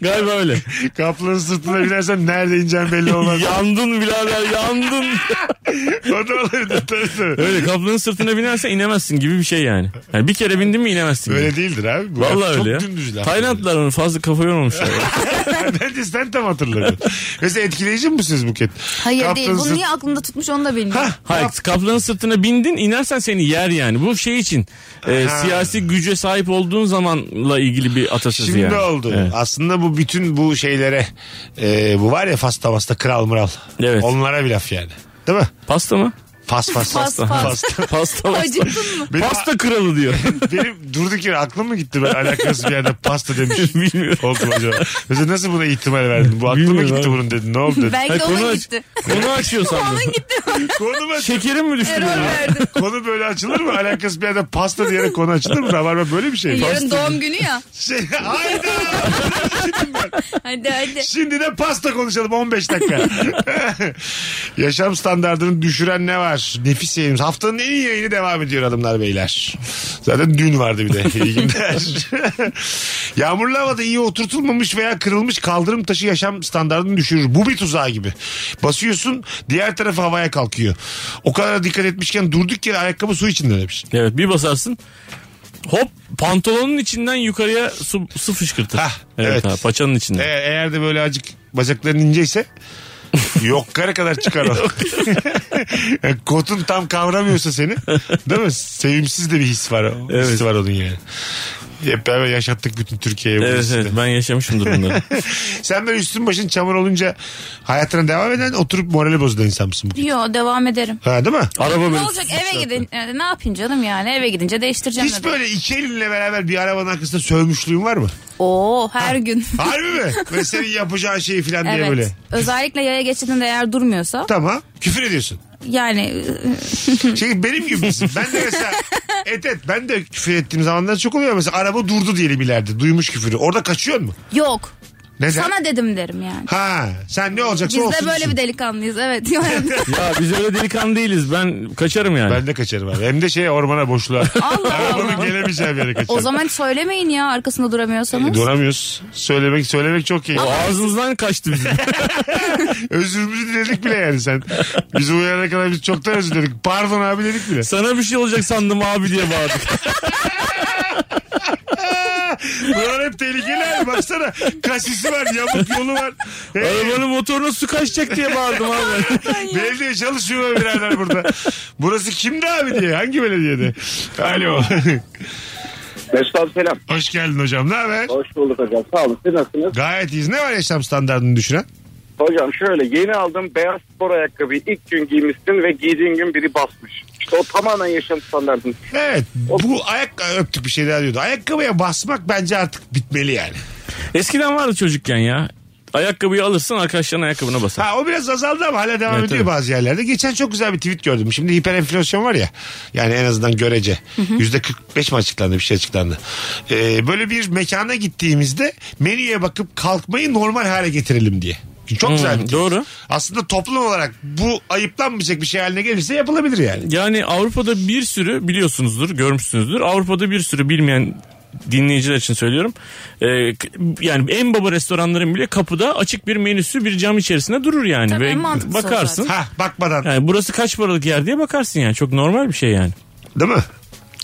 Speaker 5: galiba öyle.
Speaker 3: Kaplanın sırtına binersen nerede ineceğin belli olmaz.
Speaker 5: yandın birader yandın.
Speaker 3: o da olabilir tabii tabii.
Speaker 5: öyle kaplanın sırtına binersen inemezsin gibi bir şey yani. yani bir kere bindin mi inemezsin. gibi.
Speaker 3: Öyle değildir abi. Bu
Speaker 5: Vallahi
Speaker 3: laf çok
Speaker 5: öyle ya.
Speaker 3: dümdüz laf.
Speaker 5: Taylandlılar onu fazla kafa yormamışlar.
Speaker 3: Bence sen tam hatırladın. Mesela etkileyici mi bu siz Buket?
Speaker 4: Hayır değil.
Speaker 3: Kaptanın
Speaker 4: Bunu niye aklında tutmuş onu da bilmiyorum.
Speaker 5: Hayır kaplanın sırtına bindin inersen seni yer yani. Bu şey için e,
Speaker 3: Ha.
Speaker 5: siyasi güce sahip olduğun zamanla ilgili bir atasözü
Speaker 3: Şimdi
Speaker 5: yani.
Speaker 3: oldu.
Speaker 5: Evet.
Speaker 3: Aslında bu bütün bu şeylere e, bu var ya fasta masta kral mıral.
Speaker 5: Evet.
Speaker 3: Onlara bir laf yani. Değil mi?
Speaker 5: Pasta mı?
Speaker 3: Fas fas.
Speaker 4: Fas, fas.
Speaker 3: Fas.
Speaker 5: Pasta pasta.
Speaker 4: Acıktın mı?
Speaker 3: Benim,
Speaker 5: pasta kralı diyor.
Speaker 3: benim durduk yere aklım mı gitti ben alakasız bir yerde pasta demiş.
Speaker 5: Bilmiyorum.
Speaker 3: Oldum acaba. Mesela nasıl buna ihtimal verdin? Bu aklıma
Speaker 5: Bilmiyorum
Speaker 3: gitti
Speaker 5: abi.
Speaker 3: bunun dedin. Ne oldu dedin?
Speaker 4: Belki de
Speaker 5: Hayır,
Speaker 4: onun
Speaker 5: aç-
Speaker 4: gitti.
Speaker 5: Konu açıyor sandım.
Speaker 3: Konu, mu-
Speaker 5: Şekerim mi düştü?
Speaker 4: Error
Speaker 5: benim?
Speaker 4: verdim.
Speaker 3: konu böyle açılır mı? Alakasız bir yerde pasta diyerek konu açılır mı? Rabarba böyle bir şey. mi?
Speaker 4: Yarın doğum günü ya.
Speaker 3: Şey, hayda. Gittim ben.
Speaker 4: Hadi hadi.
Speaker 3: Şimdi de pasta konuşalım 15 dakika. Yaşam standartını düşüren ne var? Nefis yayınımız. Haftanın en iyi yayını devam ediyor hanımlar beyler. Zaten dün vardı bir de. İyi günler. Yağmurlu havada iyi oturtulmamış veya kırılmış kaldırım taşı yaşam standartını düşürür. Bu bir tuzağı gibi. Basıyorsun diğer taraf havaya kalkıyor. O kadar dikkat etmişken durduk yere ayakkabı su içinde demiş.
Speaker 5: Evet bir basarsın hop pantolonun içinden yukarıya su, su fışkırtır.
Speaker 3: Hah,
Speaker 5: evet,
Speaker 3: evet.
Speaker 5: ha, paçanın
Speaker 3: E-
Speaker 5: içinden.
Speaker 3: eğer de böyle acık bacakların inceyse yok kara kadar çıkar o. Yani Kotun tam kavramıyorsa seni değil mi? Sevimsiz de bir his var. o. Hissi var onun yani. Hep beraber yaşattık bütün Türkiye'ye. bu
Speaker 5: Evet
Speaker 3: hissi de.
Speaker 5: evet ben yaşamışımdır bunları.
Speaker 3: Sen böyle üstün başın çamur olunca hayatına devam eden oturup morali bozulan insan mısın? bugün?
Speaker 4: Yo devam ederim.
Speaker 3: Ha değil mi?
Speaker 5: Araba böyle
Speaker 4: Ne olacak eve gidin. e, Ne yapayım canım yani eve gidince değiştireceğim.
Speaker 3: Hiç
Speaker 4: de.
Speaker 3: böyle iki elinle beraber bir arabanın arkasında sövmüşlüğün var mı?
Speaker 4: Oo her gün.
Speaker 3: Harbi mi? Böyle senin yapacağın şeyi falan diye
Speaker 4: evet.
Speaker 3: böyle.
Speaker 4: Özellikle yaya geçidinde eğer durmuyorsa
Speaker 3: Tamam. Küfür ediyorsun.
Speaker 4: yani e,
Speaker 3: Şey benim gibisin. Ben de mesela et et ben de küfür ettiğim zamanlar çok oluyor. Mesela araba durdu diyelim ileride. Duymuş küfürü. Orada kaçıyor mu?
Speaker 4: yok.
Speaker 3: Neden?
Speaker 4: Sana dedim derim yani.
Speaker 3: Ha sen ne olacaksa
Speaker 4: Biz
Speaker 3: olsun.
Speaker 4: de böyle
Speaker 3: diyorsun.
Speaker 4: bir delikanlıyız evet.
Speaker 5: Ya biz öyle delikanlı değiliz. Ben kaçarım yani.
Speaker 3: Ben de kaçarım abi. Hem de şey ormana boşluğa.
Speaker 4: Allah
Speaker 3: Arabanın
Speaker 4: Allah.
Speaker 3: gelemeyeceği bir yere kaçarım.
Speaker 4: o zaman söylemeyin ya arkasında
Speaker 3: E,
Speaker 4: duramıyorsanız.
Speaker 3: Duramıyoruz. Söylemek söylemek çok iyi.
Speaker 5: O ağzınızdan kaçtı bizim.
Speaker 3: Özürümüzü diledik bile yani sen. Bizi uyarana kadar biz çoktan özür diledik. Pardon abi dedik bile.
Speaker 5: Sana bir şey olacak sandım abi diye bağırdık.
Speaker 3: Bunlar hep tehlikeli abi. Baksana kasisi var, yamuk yolu var. Hey,
Speaker 5: Arabanın motoruna su kaçacak diye bağırdım abi.
Speaker 3: Belediye çalışıyor mu birader burada? Burası kimdi abi diye. Hangi belediyede? Alo.
Speaker 8: Mesut abi selam.
Speaker 3: Hoş geldin hocam. Ne haber?
Speaker 8: Hoş bulduk hocam. Sağ olun. Siz nasılsınız?
Speaker 3: Gayet iyiyiz. Ne var yaşam standartını düşünen?
Speaker 8: Hocam şöyle yeni aldım beyaz spor ayakkabıyı ilk gün giymişsin ve giydiğin gün biri basmış. İşte o tamamen yaşam standartın.
Speaker 3: Evet. Bu ayak öptük bir şey daha diyordu. Ayakkabıya basmak bence artık bitmeli yani.
Speaker 5: Eskiden vardı çocukken ya. Ayakkabıyı alırsın arkadaşların ayakkabına basar.
Speaker 3: Ha o biraz azaldı ama hala devam
Speaker 5: Evet,
Speaker 3: ediyor
Speaker 5: evet.
Speaker 3: bazı yerlerde. Geçen çok güzel bir tweet gördüm. Şimdi hiper enflasyon var ya. Yani en azından görece. Yüzde 45 mi açıklandı bir şey açıklandı. Ee, böyle bir mekana gittiğimizde menüye bakıp kalkmayı normal hale getirelim diye. Çok güzel bir tweet.
Speaker 5: Hmm, doğru.
Speaker 3: Aslında toplum olarak bu ayıplanmayacak bir şey haline gelirse yapılabilir yani.
Speaker 5: Yani Avrupa'da bir sürü biliyorsunuzdur, görmüşsünüzdür. Avrupa'da bir sürü bilmeyen dinleyiciler için söylüyorum. Ee, k- yani en baba restoranların bile kapıda açık bir menüsü bir cam içerisinde durur yani.
Speaker 4: Tabii, en
Speaker 5: Ve
Speaker 4: mantıklısı o
Speaker 5: bakarsın.
Speaker 3: Ha bakmadan
Speaker 5: Yani burası kaç paralık yer diye bakarsın yani. Çok normal bir şey yani.
Speaker 3: değil mi?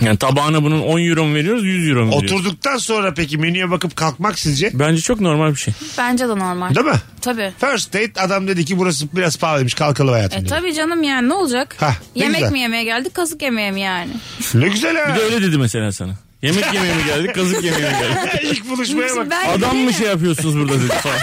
Speaker 5: Yani tabağına bunun 10 euro mu veriyoruz 100 euro mu veriyoruz?
Speaker 3: Oturduktan sonra peki menüye bakıp kalkmak sizce?
Speaker 5: Bence çok normal bir şey.
Speaker 4: Bence de normal.
Speaker 3: Değil mi?
Speaker 4: Tabii.
Speaker 3: First date adam dedi ki burası biraz pahalıymış kalkalım hayatım.
Speaker 4: E
Speaker 3: dedi.
Speaker 4: tabii canım yani ne olacak?
Speaker 3: Hah, ne
Speaker 4: Yemek
Speaker 3: güzel.
Speaker 4: mi yemeye geldik kazık yemeye mi yani?
Speaker 3: Ne güzel ha.
Speaker 5: Bir de öyle dedi mesela sana. Yemek yemeye mi geldik kazık yemeye mi geldik?
Speaker 3: İlk buluşmaya bak.
Speaker 4: Şimdi ben
Speaker 5: Adam mı şey yapıyorsunuz burada dedi falan.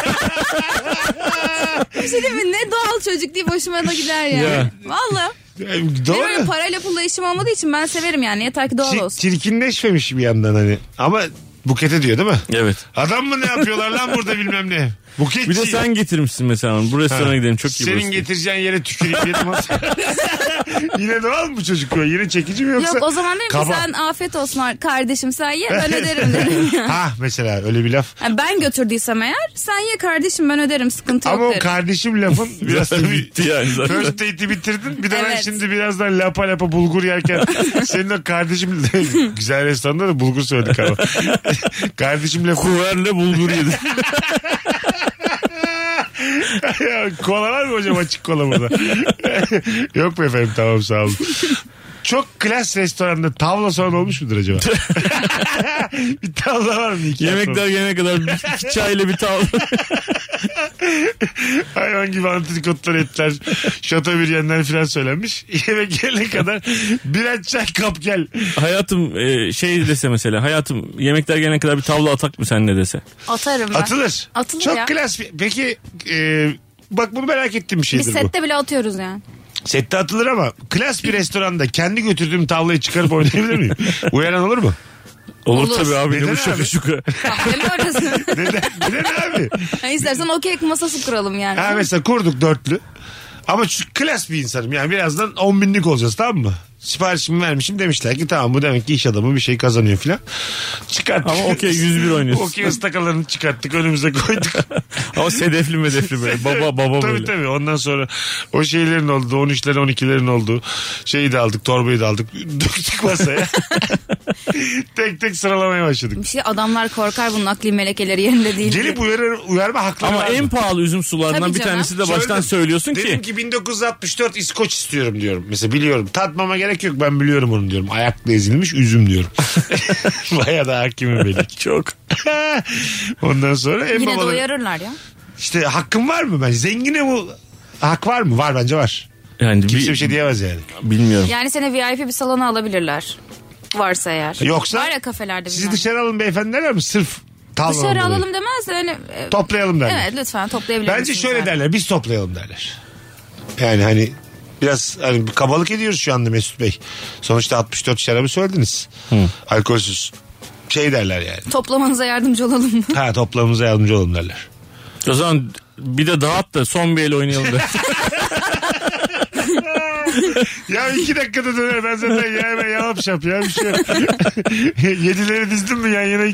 Speaker 4: Bir şey değil mi? Ne doğal çocuk diye hoşuma da gider yani.
Speaker 5: Ya.
Speaker 4: Valla.
Speaker 3: E,
Speaker 4: Benim öyle
Speaker 3: Doğru.
Speaker 4: parayla pulla işim olmadığı için ben severim yani. Yeter ki doğal
Speaker 3: Çi-
Speaker 4: olsun.
Speaker 3: çirkinleşmemiş bir yandan hani. Ama bukete diyor değil mi?
Speaker 5: Evet.
Speaker 3: Adam mı ne yapıyorlar lan burada bilmem ne. Buketçi.
Speaker 5: Bir de sen getirmişsin mesela onu. Bu restorana gidelim çok iyi burası.
Speaker 3: Senin getireceğin yere tüküreyim yedim az. Yine doğal mı çocuk böyle? Yine çekici mi yoksa?
Speaker 4: Yok o zaman derim
Speaker 3: Kaba.
Speaker 4: ki sen afiyet olsun kardeşim sen ye ben öderim derim.
Speaker 3: ha mesela öyle bir laf.
Speaker 4: Yani ben götürdüysem eğer sen ye kardeşim ben öderim sıkıntı
Speaker 3: Ama
Speaker 4: yok
Speaker 3: o
Speaker 4: derim.
Speaker 3: kardeşim lafın biraz da bir...
Speaker 5: bitti yani zaten.
Speaker 3: First date'i bitirdin. Bir de ben
Speaker 4: Evet.
Speaker 3: şimdi birazdan lapa lapa bulgur yerken senin o kardeşim güzel restoranda da bulgur söyledik ama. kardeşim lafı
Speaker 5: Kuverle bulgur yedi.
Speaker 3: Ya, kola var mı hocam açık kola burada? Yok mu efendim tamam sağ olun. Çok klas restoranda tavla soran olmuş mudur acaba? bir tavla var mı? iki
Speaker 5: Yemekler gelene kadar bir çayla bir tavla.
Speaker 3: hafta? Hayvan gibi antrikotlar etler, şato biryenler falan söylenmiş. Yemek gelene kadar birer çay kap gel.
Speaker 5: hayatım e, şey dese mesela hayatım yemekler gelene kadar bir tavla atak mı sen ne dese.
Speaker 4: Atarım ben.
Speaker 3: Atılır.
Speaker 4: Atılır
Speaker 3: Çok
Speaker 4: ya.
Speaker 3: klas. bir- Peki e, bak bunu merak ettiğim bir
Speaker 4: Biz
Speaker 3: şeydir bu.
Speaker 4: sette bile atıyoruz yani.
Speaker 3: Sette atılır ama klas bir restoranda kendi götürdüğüm tavlayı çıkarıp oynayabilir miyim? Uyaran olur mu?
Speaker 5: Olur,
Speaker 4: Olur.
Speaker 5: tabii abi ne
Speaker 3: Neden
Speaker 5: bu şaka
Speaker 3: abi?
Speaker 5: şuka.
Speaker 4: Kahveli orası.
Speaker 3: Neden, neden abi?
Speaker 4: Yani istersen okey masası kuralım yani.
Speaker 3: Ha mesela kurduk dörtlü. Ama şu klas bir insanım yani birazdan 10 binlik olacağız tamam mı? Siparişimi vermişim demişler ki tamam bu demek ki iş adamı bir şey kazanıyor filan. Çıkarttık.
Speaker 5: Ama okey 101 oynuyorsun.
Speaker 3: Okey ıstakalarını çıkarttık önümüze koyduk.
Speaker 5: Ama sedefli medefli böyle. E, Baba baba
Speaker 3: tabii
Speaker 5: böyle.
Speaker 3: tabii ondan sonra o şeylerin olduğu 13'lerin 12'lerin olduğu şeyi de aldık torbayı da aldık döktük masaya. tek tek sıralamaya başladık.
Speaker 4: Bir şey adamlar korkar bunun akli melekeleri yerinde değil. diye.
Speaker 3: Gelip uyarır, uyarma hakları
Speaker 5: Ama
Speaker 3: var mı?
Speaker 5: en pahalı üzüm sularından
Speaker 4: Tabii
Speaker 5: bir
Speaker 4: canım.
Speaker 5: tanesi de baştan
Speaker 3: Söyledim.
Speaker 5: söylüyorsun
Speaker 3: Dedim
Speaker 5: ki.
Speaker 3: ki 1964 İskoç istiyorum diyorum. Mesela biliyorum. Tatmama gerek yok ben biliyorum onu diyorum. Ayakla ezilmiş üzüm diyorum. Baya da hakimim benim.
Speaker 5: Çok.
Speaker 3: Ondan sonra en
Speaker 4: Yine de
Speaker 3: babaları-
Speaker 4: uyarırlar ya.
Speaker 3: İşte hakkım var mı ben? Zengine bu hak var mı? Var bence var.
Speaker 5: Yani
Speaker 3: Kimse
Speaker 5: bir,
Speaker 3: bir şey diyemez yani.
Speaker 5: bilmiyorum.
Speaker 4: Yani seni VIP bir salona alabilirler. Varsa eğer.
Speaker 3: Yoksa
Speaker 4: Var ya kafelerde.
Speaker 3: sizi
Speaker 4: bilmem.
Speaker 3: dışarı alın beyefendiler mi? Sırf tavlanın
Speaker 4: Dışarı
Speaker 3: dolayı.
Speaker 4: alalım demez de hani, e,
Speaker 3: Toplayalım derler.
Speaker 4: Evet lütfen toplayabilir
Speaker 3: Bence
Speaker 4: misiniz
Speaker 3: şöyle
Speaker 4: yani?
Speaker 3: derler. Biz toplayalım derler. Yani hani biraz hani bir kabalık ediyoruz şu anda Mesut Bey. Sonuçta 64 şarabı söylediniz. Alkolsüz. Şey derler yani.
Speaker 4: Toplamanıza yardımcı olalım mı?
Speaker 3: Ha toplamımıza yardımcı olun derler.
Speaker 5: O zaman bir de dağıt da son bir el oynayalım da.
Speaker 3: Ya iki dakikada döner ben zaten ya hemen yalap şap ya bir şey. yok. Yedileri dizdim mi yan yana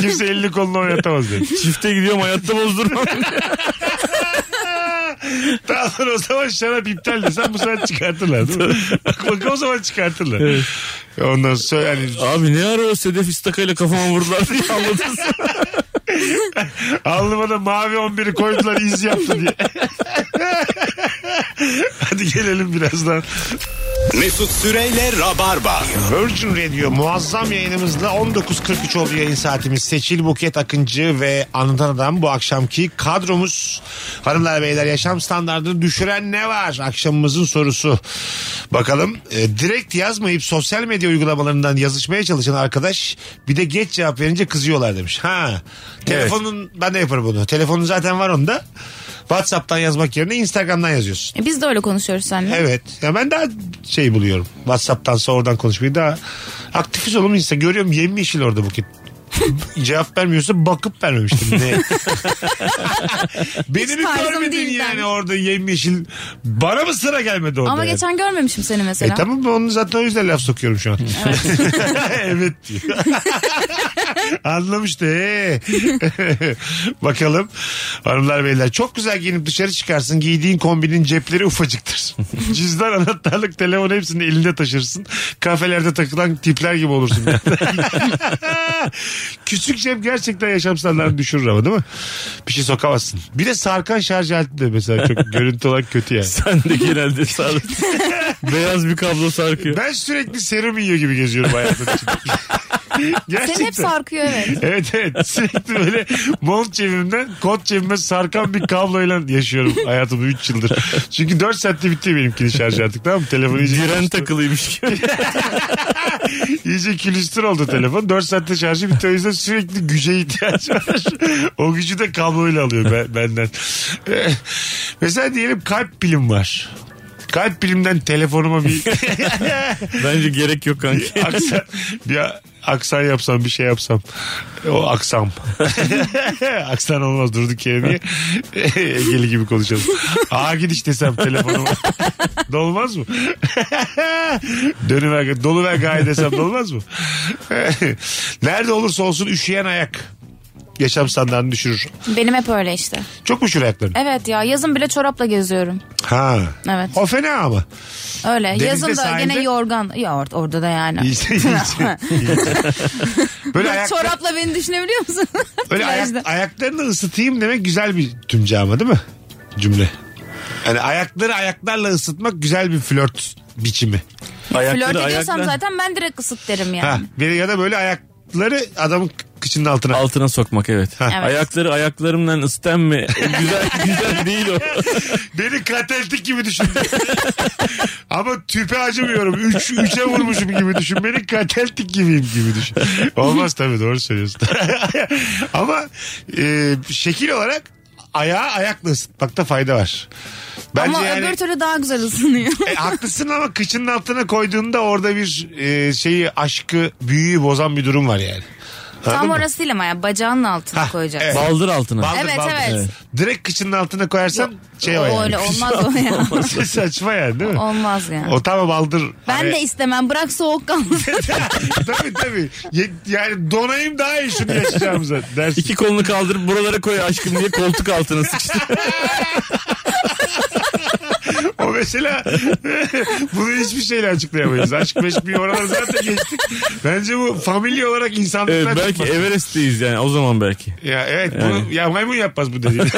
Speaker 3: kimse elini kolunu oynatamaz dedi.
Speaker 5: Çifte gidiyorum hayatta bozdurmam.
Speaker 3: Daha sonra o zaman şarap iptal desen bu sefer çıkartırlar değil mi? Bak, bak o zaman çıkartırlar. Ondan sonra hani
Speaker 5: Abi ne ara o sedef istakayla kafama vurdular diye anladın.
Speaker 3: Alnıma da mavi 11'i koydular iz yaptı diye. Hadi gelelim birazdan.
Speaker 2: Mesut Süreyle Rabarba.
Speaker 3: Virgin Radio muazzam yayınımızla 19.43 oldu yayın saatimiz. Seçil Buket Akıncı ve Anlatan Adam bu akşamki kadromuz. Hanımlar beyler yaşam standartını düşüren ne var? Akşamımızın sorusu. Bakalım e, direkt yazmayıp sosyal medya uygulamalarından yazışmaya çalışan arkadaş bir de geç cevap verince kızıyorlar demiş. Ha. Telefonun ben de yaparım bunu. Telefonun zaten var onda. WhatsApp'tan yazmak yerine Instagram'dan yazıyorsun.
Speaker 4: E, Biz de öyle konuşuyoruz seninle.
Speaker 3: Evet. Ya ben daha şey buluyorum. WhatsApp'tan oradan konuşmayı daha aktifiz olun insan. Görüyorum yemyeşil orada buket. Cevap vermiyorsa bakıp vermemiştim. Ne? Beni mi
Speaker 4: tarzım
Speaker 3: görmedin
Speaker 4: değil
Speaker 3: yani
Speaker 4: ben.
Speaker 3: orada yemyeşil? Bana mı sıra gelmedi orada?
Speaker 4: Ama
Speaker 3: yani?
Speaker 4: geçen görmemişim seni
Speaker 3: E
Speaker 4: mesela.
Speaker 3: tamam onu zaten o yüzden laf sokuyorum şu an. evet diyor. Anlamış da ee. Bakalım hanımlar beyler çok güzel giyinip dışarı çıkarsın giydiğin kombinin cepleri ufacıktır. Cüzdan anahtarlık telefon hepsini elinde taşırsın. Kafelerde takılan tipler gibi olursun. Küçük cep gerçekten yaşam standartını düşürür ama değil mi? Bir şey sokamazsın. Bir de sarkan şarj aleti de mesela çok görüntü olarak kötü yani.
Speaker 5: Sen de genelde sarıp beyaz bir kablo sarkıyor.
Speaker 3: Ben sürekli serum yiyor gibi geziyorum hayatım içinde. Gerçekten.
Speaker 4: Seni hep sarkıyor evet.
Speaker 3: Evet evet sürekli böyle mont cebimden kot cebime sarkan bir kabloyla yaşıyorum hayatımı 3 yıldır. Çünkü 4 saatte bitti benimkini şarj artık tamam mı? Telefonu iyice,
Speaker 5: Diren takılıymış gibi.
Speaker 3: iyice külüstür oldu telefon. 4 saatte şarjı bitti o yüzden sürekli güce ihtiyaç var. o gücü de kabloyla alıyor ben- benden. Ee, Mesela diyelim kalp pilim var. Kalp pilimden telefonuma bir
Speaker 5: Bence gerek yok kanki.
Speaker 3: aksan, bir aksan yapsam bir şey yapsam. O aksam. aksan olmaz durduk yere niye? Egeli gibi konuşalım. Ağa gidiş desem telefonuma. dolmaz mı? Dönüver, doluver gaye desem dolmaz mı? Nerede olursa olsun üşüyen ayak. Yaşam standartını düşürür.
Speaker 4: Benim hep öyle işte.
Speaker 3: Çok mu üşür ayakların?
Speaker 4: Evet ya yazın bile çorapla geziyorum.
Speaker 3: Ha.
Speaker 4: Evet.
Speaker 3: O fena ama.
Speaker 4: Öyle.
Speaker 3: Denizde,
Speaker 4: yazın da
Speaker 3: sahilde-
Speaker 4: gene yorgan. Ya or- orada da yani.
Speaker 3: İyice, iyice, iyice. Böyle ayaklar,
Speaker 4: Çorapla beni düşünebiliyor musun?
Speaker 3: Öyle
Speaker 4: Plajda.
Speaker 3: ayak, ayaklarını ısıtayım demek güzel bir tümce ama değil mi? Cümle. Yani ayakları ayaklarla ısıtmak güzel bir flört biçimi.
Speaker 5: Ayakları
Speaker 4: Flört ediyorsam
Speaker 5: ayakla
Speaker 4: zaten ben direkt ısıt derim yani.
Speaker 3: Ha, bir- ya da böyle ayakları adamın kıçının altına.
Speaker 5: altına sokmak evet.
Speaker 3: Ha.
Speaker 4: Evet.
Speaker 5: Ayakları ayaklarımdan isten mi? güzel güzel değil o.
Speaker 3: Beni kateltik gibi düşündü. ama tüpe acımıyorum. Üç, üçe vurmuşum gibi düşün. Beni kateltik gibiyim gibi düşün. Olmaz tabii doğru söylüyorsun. ama e, şekil olarak ayağı ayakla ısıtmakta fayda var.
Speaker 4: Ama
Speaker 3: yani-
Speaker 4: öbür türlü daha güzel ısınıyor.
Speaker 3: E, haklısın ama kıçının altına koyduğunda orada bir e, şeyi aşkı büyüyü bozan bir durum var yani.
Speaker 4: Tam
Speaker 3: Anladın mı?
Speaker 4: orası değil ama ya bacağının altına
Speaker 3: Hah,
Speaker 4: koyacaksın.
Speaker 3: evet.
Speaker 5: Baldır altına.
Speaker 3: Baldır,
Speaker 4: Evet,
Speaker 3: baldır.
Speaker 4: evet.
Speaker 3: Direkt kıçının altına koyarsan şey o
Speaker 4: o
Speaker 3: yani.
Speaker 4: öyle olmaz o ya.
Speaker 3: Saçma yani değil mi?
Speaker 4: Olmaz yani.
Speaker 3: O tamam baldır.
Speaker 4: Ben de istemem bırak soğuk kalmasın.
Speaker 3: tabii tabii. Ye- Yani donayım daha iyi şunu yaşayacağımıza dersin.
Speaker 5: İki kolunu kaldırıp buralara koy aşkım diye koltuk altına sıçtı.
Speaker 3: O mesela bunu hiçbir şeyle açıklayamayız. Aşk meşk bir oralar zaten geçtik. Bence bu familya olarak insanlıktan
Speaker 5: Evet, belki
Speaker 3: çıkmaz.
Speaker 5: Everest'teyiz yani o zaman belki.
Speaker 3: Ya evet bunu ya maymun yapmaz bu dediğini.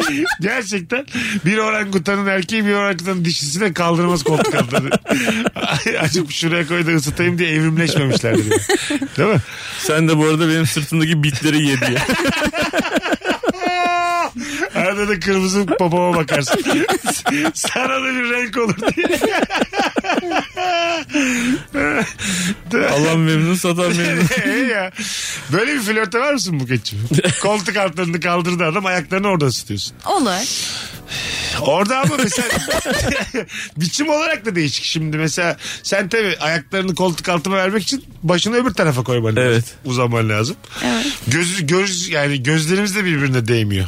Speaker 3: Gerçekten bir orangutanın erkeği bir orangutanın dişisi de kaldırmaz koltuk altını. Açıp şuraya koy da ısıtayım diye evrimleşmemişler dedi. Değil mi?
Speaker 5: Sen de bu arada benim sırtımdaki bitleri yedi ya.
Speaker 3: Arada da kırmızı popoma bakarsın. Sana da bir renk olur diye.
Speaker 5: Allah memnun satan memnun.
Speaker 3: Ee ya. Böyle bir flörte var mısın Buket'cim? Koltuk altlarını kaldırdı adam ayaklarını orada ısıtıyorsun.
Speaker 4: Olur.
Speaker 3: Orada ama mesela biçim olarak da değişik şimdi. Mesela sen tabii ayaklarını koltuk altına vermek için başını öbür tarafa koyman lazım.
Speaker 5: Evet.
Speaker 3: Uzanman lazım.
Speaker 4: Evet.
Speaker 3: Göz, göz yani gözlerimiz de birbirine değmiyor.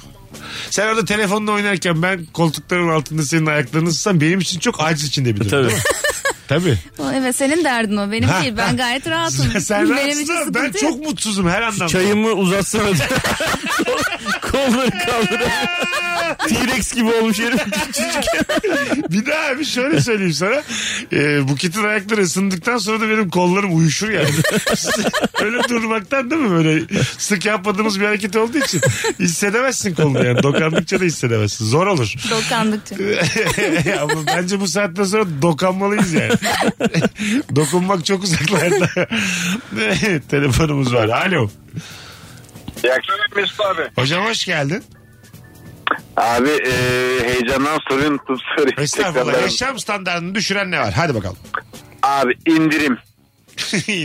Speaker 3: Sen orada telefonla oynarken ben koltukların altında senin ayaklarını ısıtsam benim için çok aciz içinde bir durum.
Speaker 5: Tabii.
Speaker 3: Tabii.
Speaker 4: O, Evet senin derdin o benim
Speaker 3: Ha,
Speaker 4: değil ben
Speaker 3: ha.
Speaker 4: gayet rahatım.
Speaker 3: Sen
Speaker 4: benim
Speaker 3: rahatsın
Speaker 4: için
Speaker 3: ama
Speaker 4: sıkıntı
Speaker 3: ben
Speaker 4: yok.
Speaker 3: çok mutsuzum her anlamda.
Speaker 5: Çayımı uzatsana. Kolları kaldıramıyorum. T-Rex gibi olmuş herif.
Speaker 3: Bir daha bir şöyle söyleyeyim sana. Ee, Buket'in ayakları ısındıktan sonra da benim kollarım uyuşur yani. Öyle durmaktan değil mi böyle sık yapmadığımız bir hareket olduğu için hissedemezsin kolunu yani. Dokandıkça da hissedemezsin. Zor olur.
Speaker 4: Dokandıkça.
Speaker 3: Ama bence bu saatten sonra dokanmalıyız yani. Dokunmak çok uzaklarda. Telefonumuz var. Alo.
Speaker 8: İyi akşamlar Mesut abi.
Speaker 3: Hocam hoş geldin.
Speaker 8: Abi e, heyecandan soruyu unuttum. Sorry.
Speaker 3: Estağfurullah.
Speaker 8: Tekrarlarım.
Speaker 3: Yaşam standartını düşüren ne var? Hadi bakalım.
Speaker 8: Abi indirim.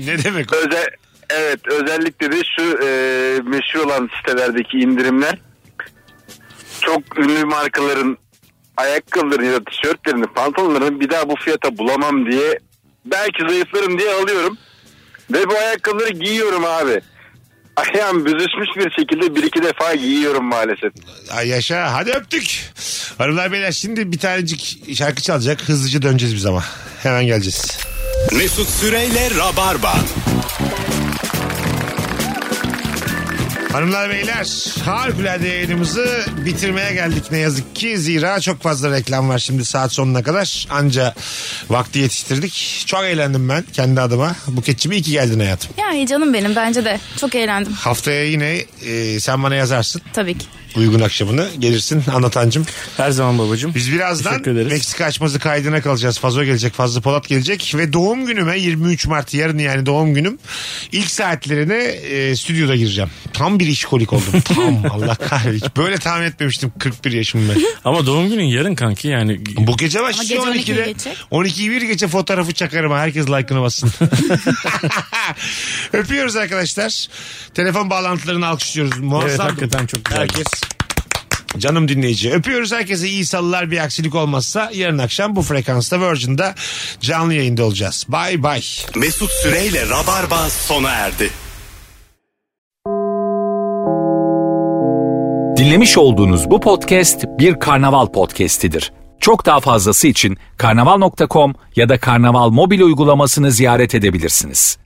Speaker 3: ne demek o?
Speaker 8: Özel, evet özellikle de şu e, meşhur olan sitelerdeki indirimler çok ünlü markaların ayakkabılarını ya da tişörtlerini pantolonlarını bir daha bu fiyata bulamam diye belki zayıflarım diye alıyorum. Ve bu ayakkabıları giyiyorum abi. Ayağım büzüşmüş bir şekilde bir iki defa giyiyorum maalesef.
Speaker 3: Ay yaşa hadi öptük. Hanımlar beyler şimdi bir tanecik şarkı çalacak. Hızlıca döneceğiz biz ama. Hemen geleceğiz.
Speaker 2: Mesut Süreyle Rabarba.
Speaker 3: Hanımlar beyler harikulade yayınımızı bitirmeye geldik ne yazık ki. Zira çok fazla reklam var şimdi saat sonuna kadar. Anca vakti yetiştirdik. Çok eğlendim ben kendi adıma. Buketçim iyi ki geldin hayatım.
Speaker 4: Ya canım benim bence de çok eğlendim
Speaker 3: Haftaya yine e, sen bana yazarsın
Speaker 4: tabii ki.
Speaker 3: uygun akşamını. Gelirsin anlatancım.
Speaker 5: Her zaman babacığım.
Speaker 3: Biz birazdan
Speaker 5: Teşekkür ederiz.
Speaker 3: Meksika açmazı kaydına kalacağız. Fazla gelecek, Fazla Polat gelecek ve doğum günüme 23 Mart yarın yani doğum günüm ilk saatlerine e, stüdyoda gireceğim. Tam bir işkolik oldum. Tam Allah kahretsin. Böyle tahmin etmemiştim 41 yaşımda.
Speaker 5: Ama doğum günün yarın kanki yani.
Speaker 3: Bu gece başlıyor
Speaker 4: Ama gece
Speaker 3: 12'de.
Speaker 4: 12'yi geçe.
Speaker 3: 12'yi bir gece fotoğrafı çakarım. Herkes like'ına bassın. Öpüyoruz arkadaşlar. Telefon bağlantılarını alkışlıyoruz. Muazzam.
Speaker 5: Evet hakikaten çok güzel.
Speaker 3: Herkes. Canım dinleyici. Öpüyoruz herkese iyi salılar bir aksilik olmazsa yarın akşam bu frekansta Virgin'da canlı yayında olacağız. Bay bay.
Speaker 2: Mesut Süreyle Rabarba sona erdi.
Speaker 1: Dinlemiş olduğunuz bu podcast bir karnaval podcastidir. Çok daha fazlası için karnaval.com ya da karnaval mobil uygulamasını ziyaret edebilirsiniz.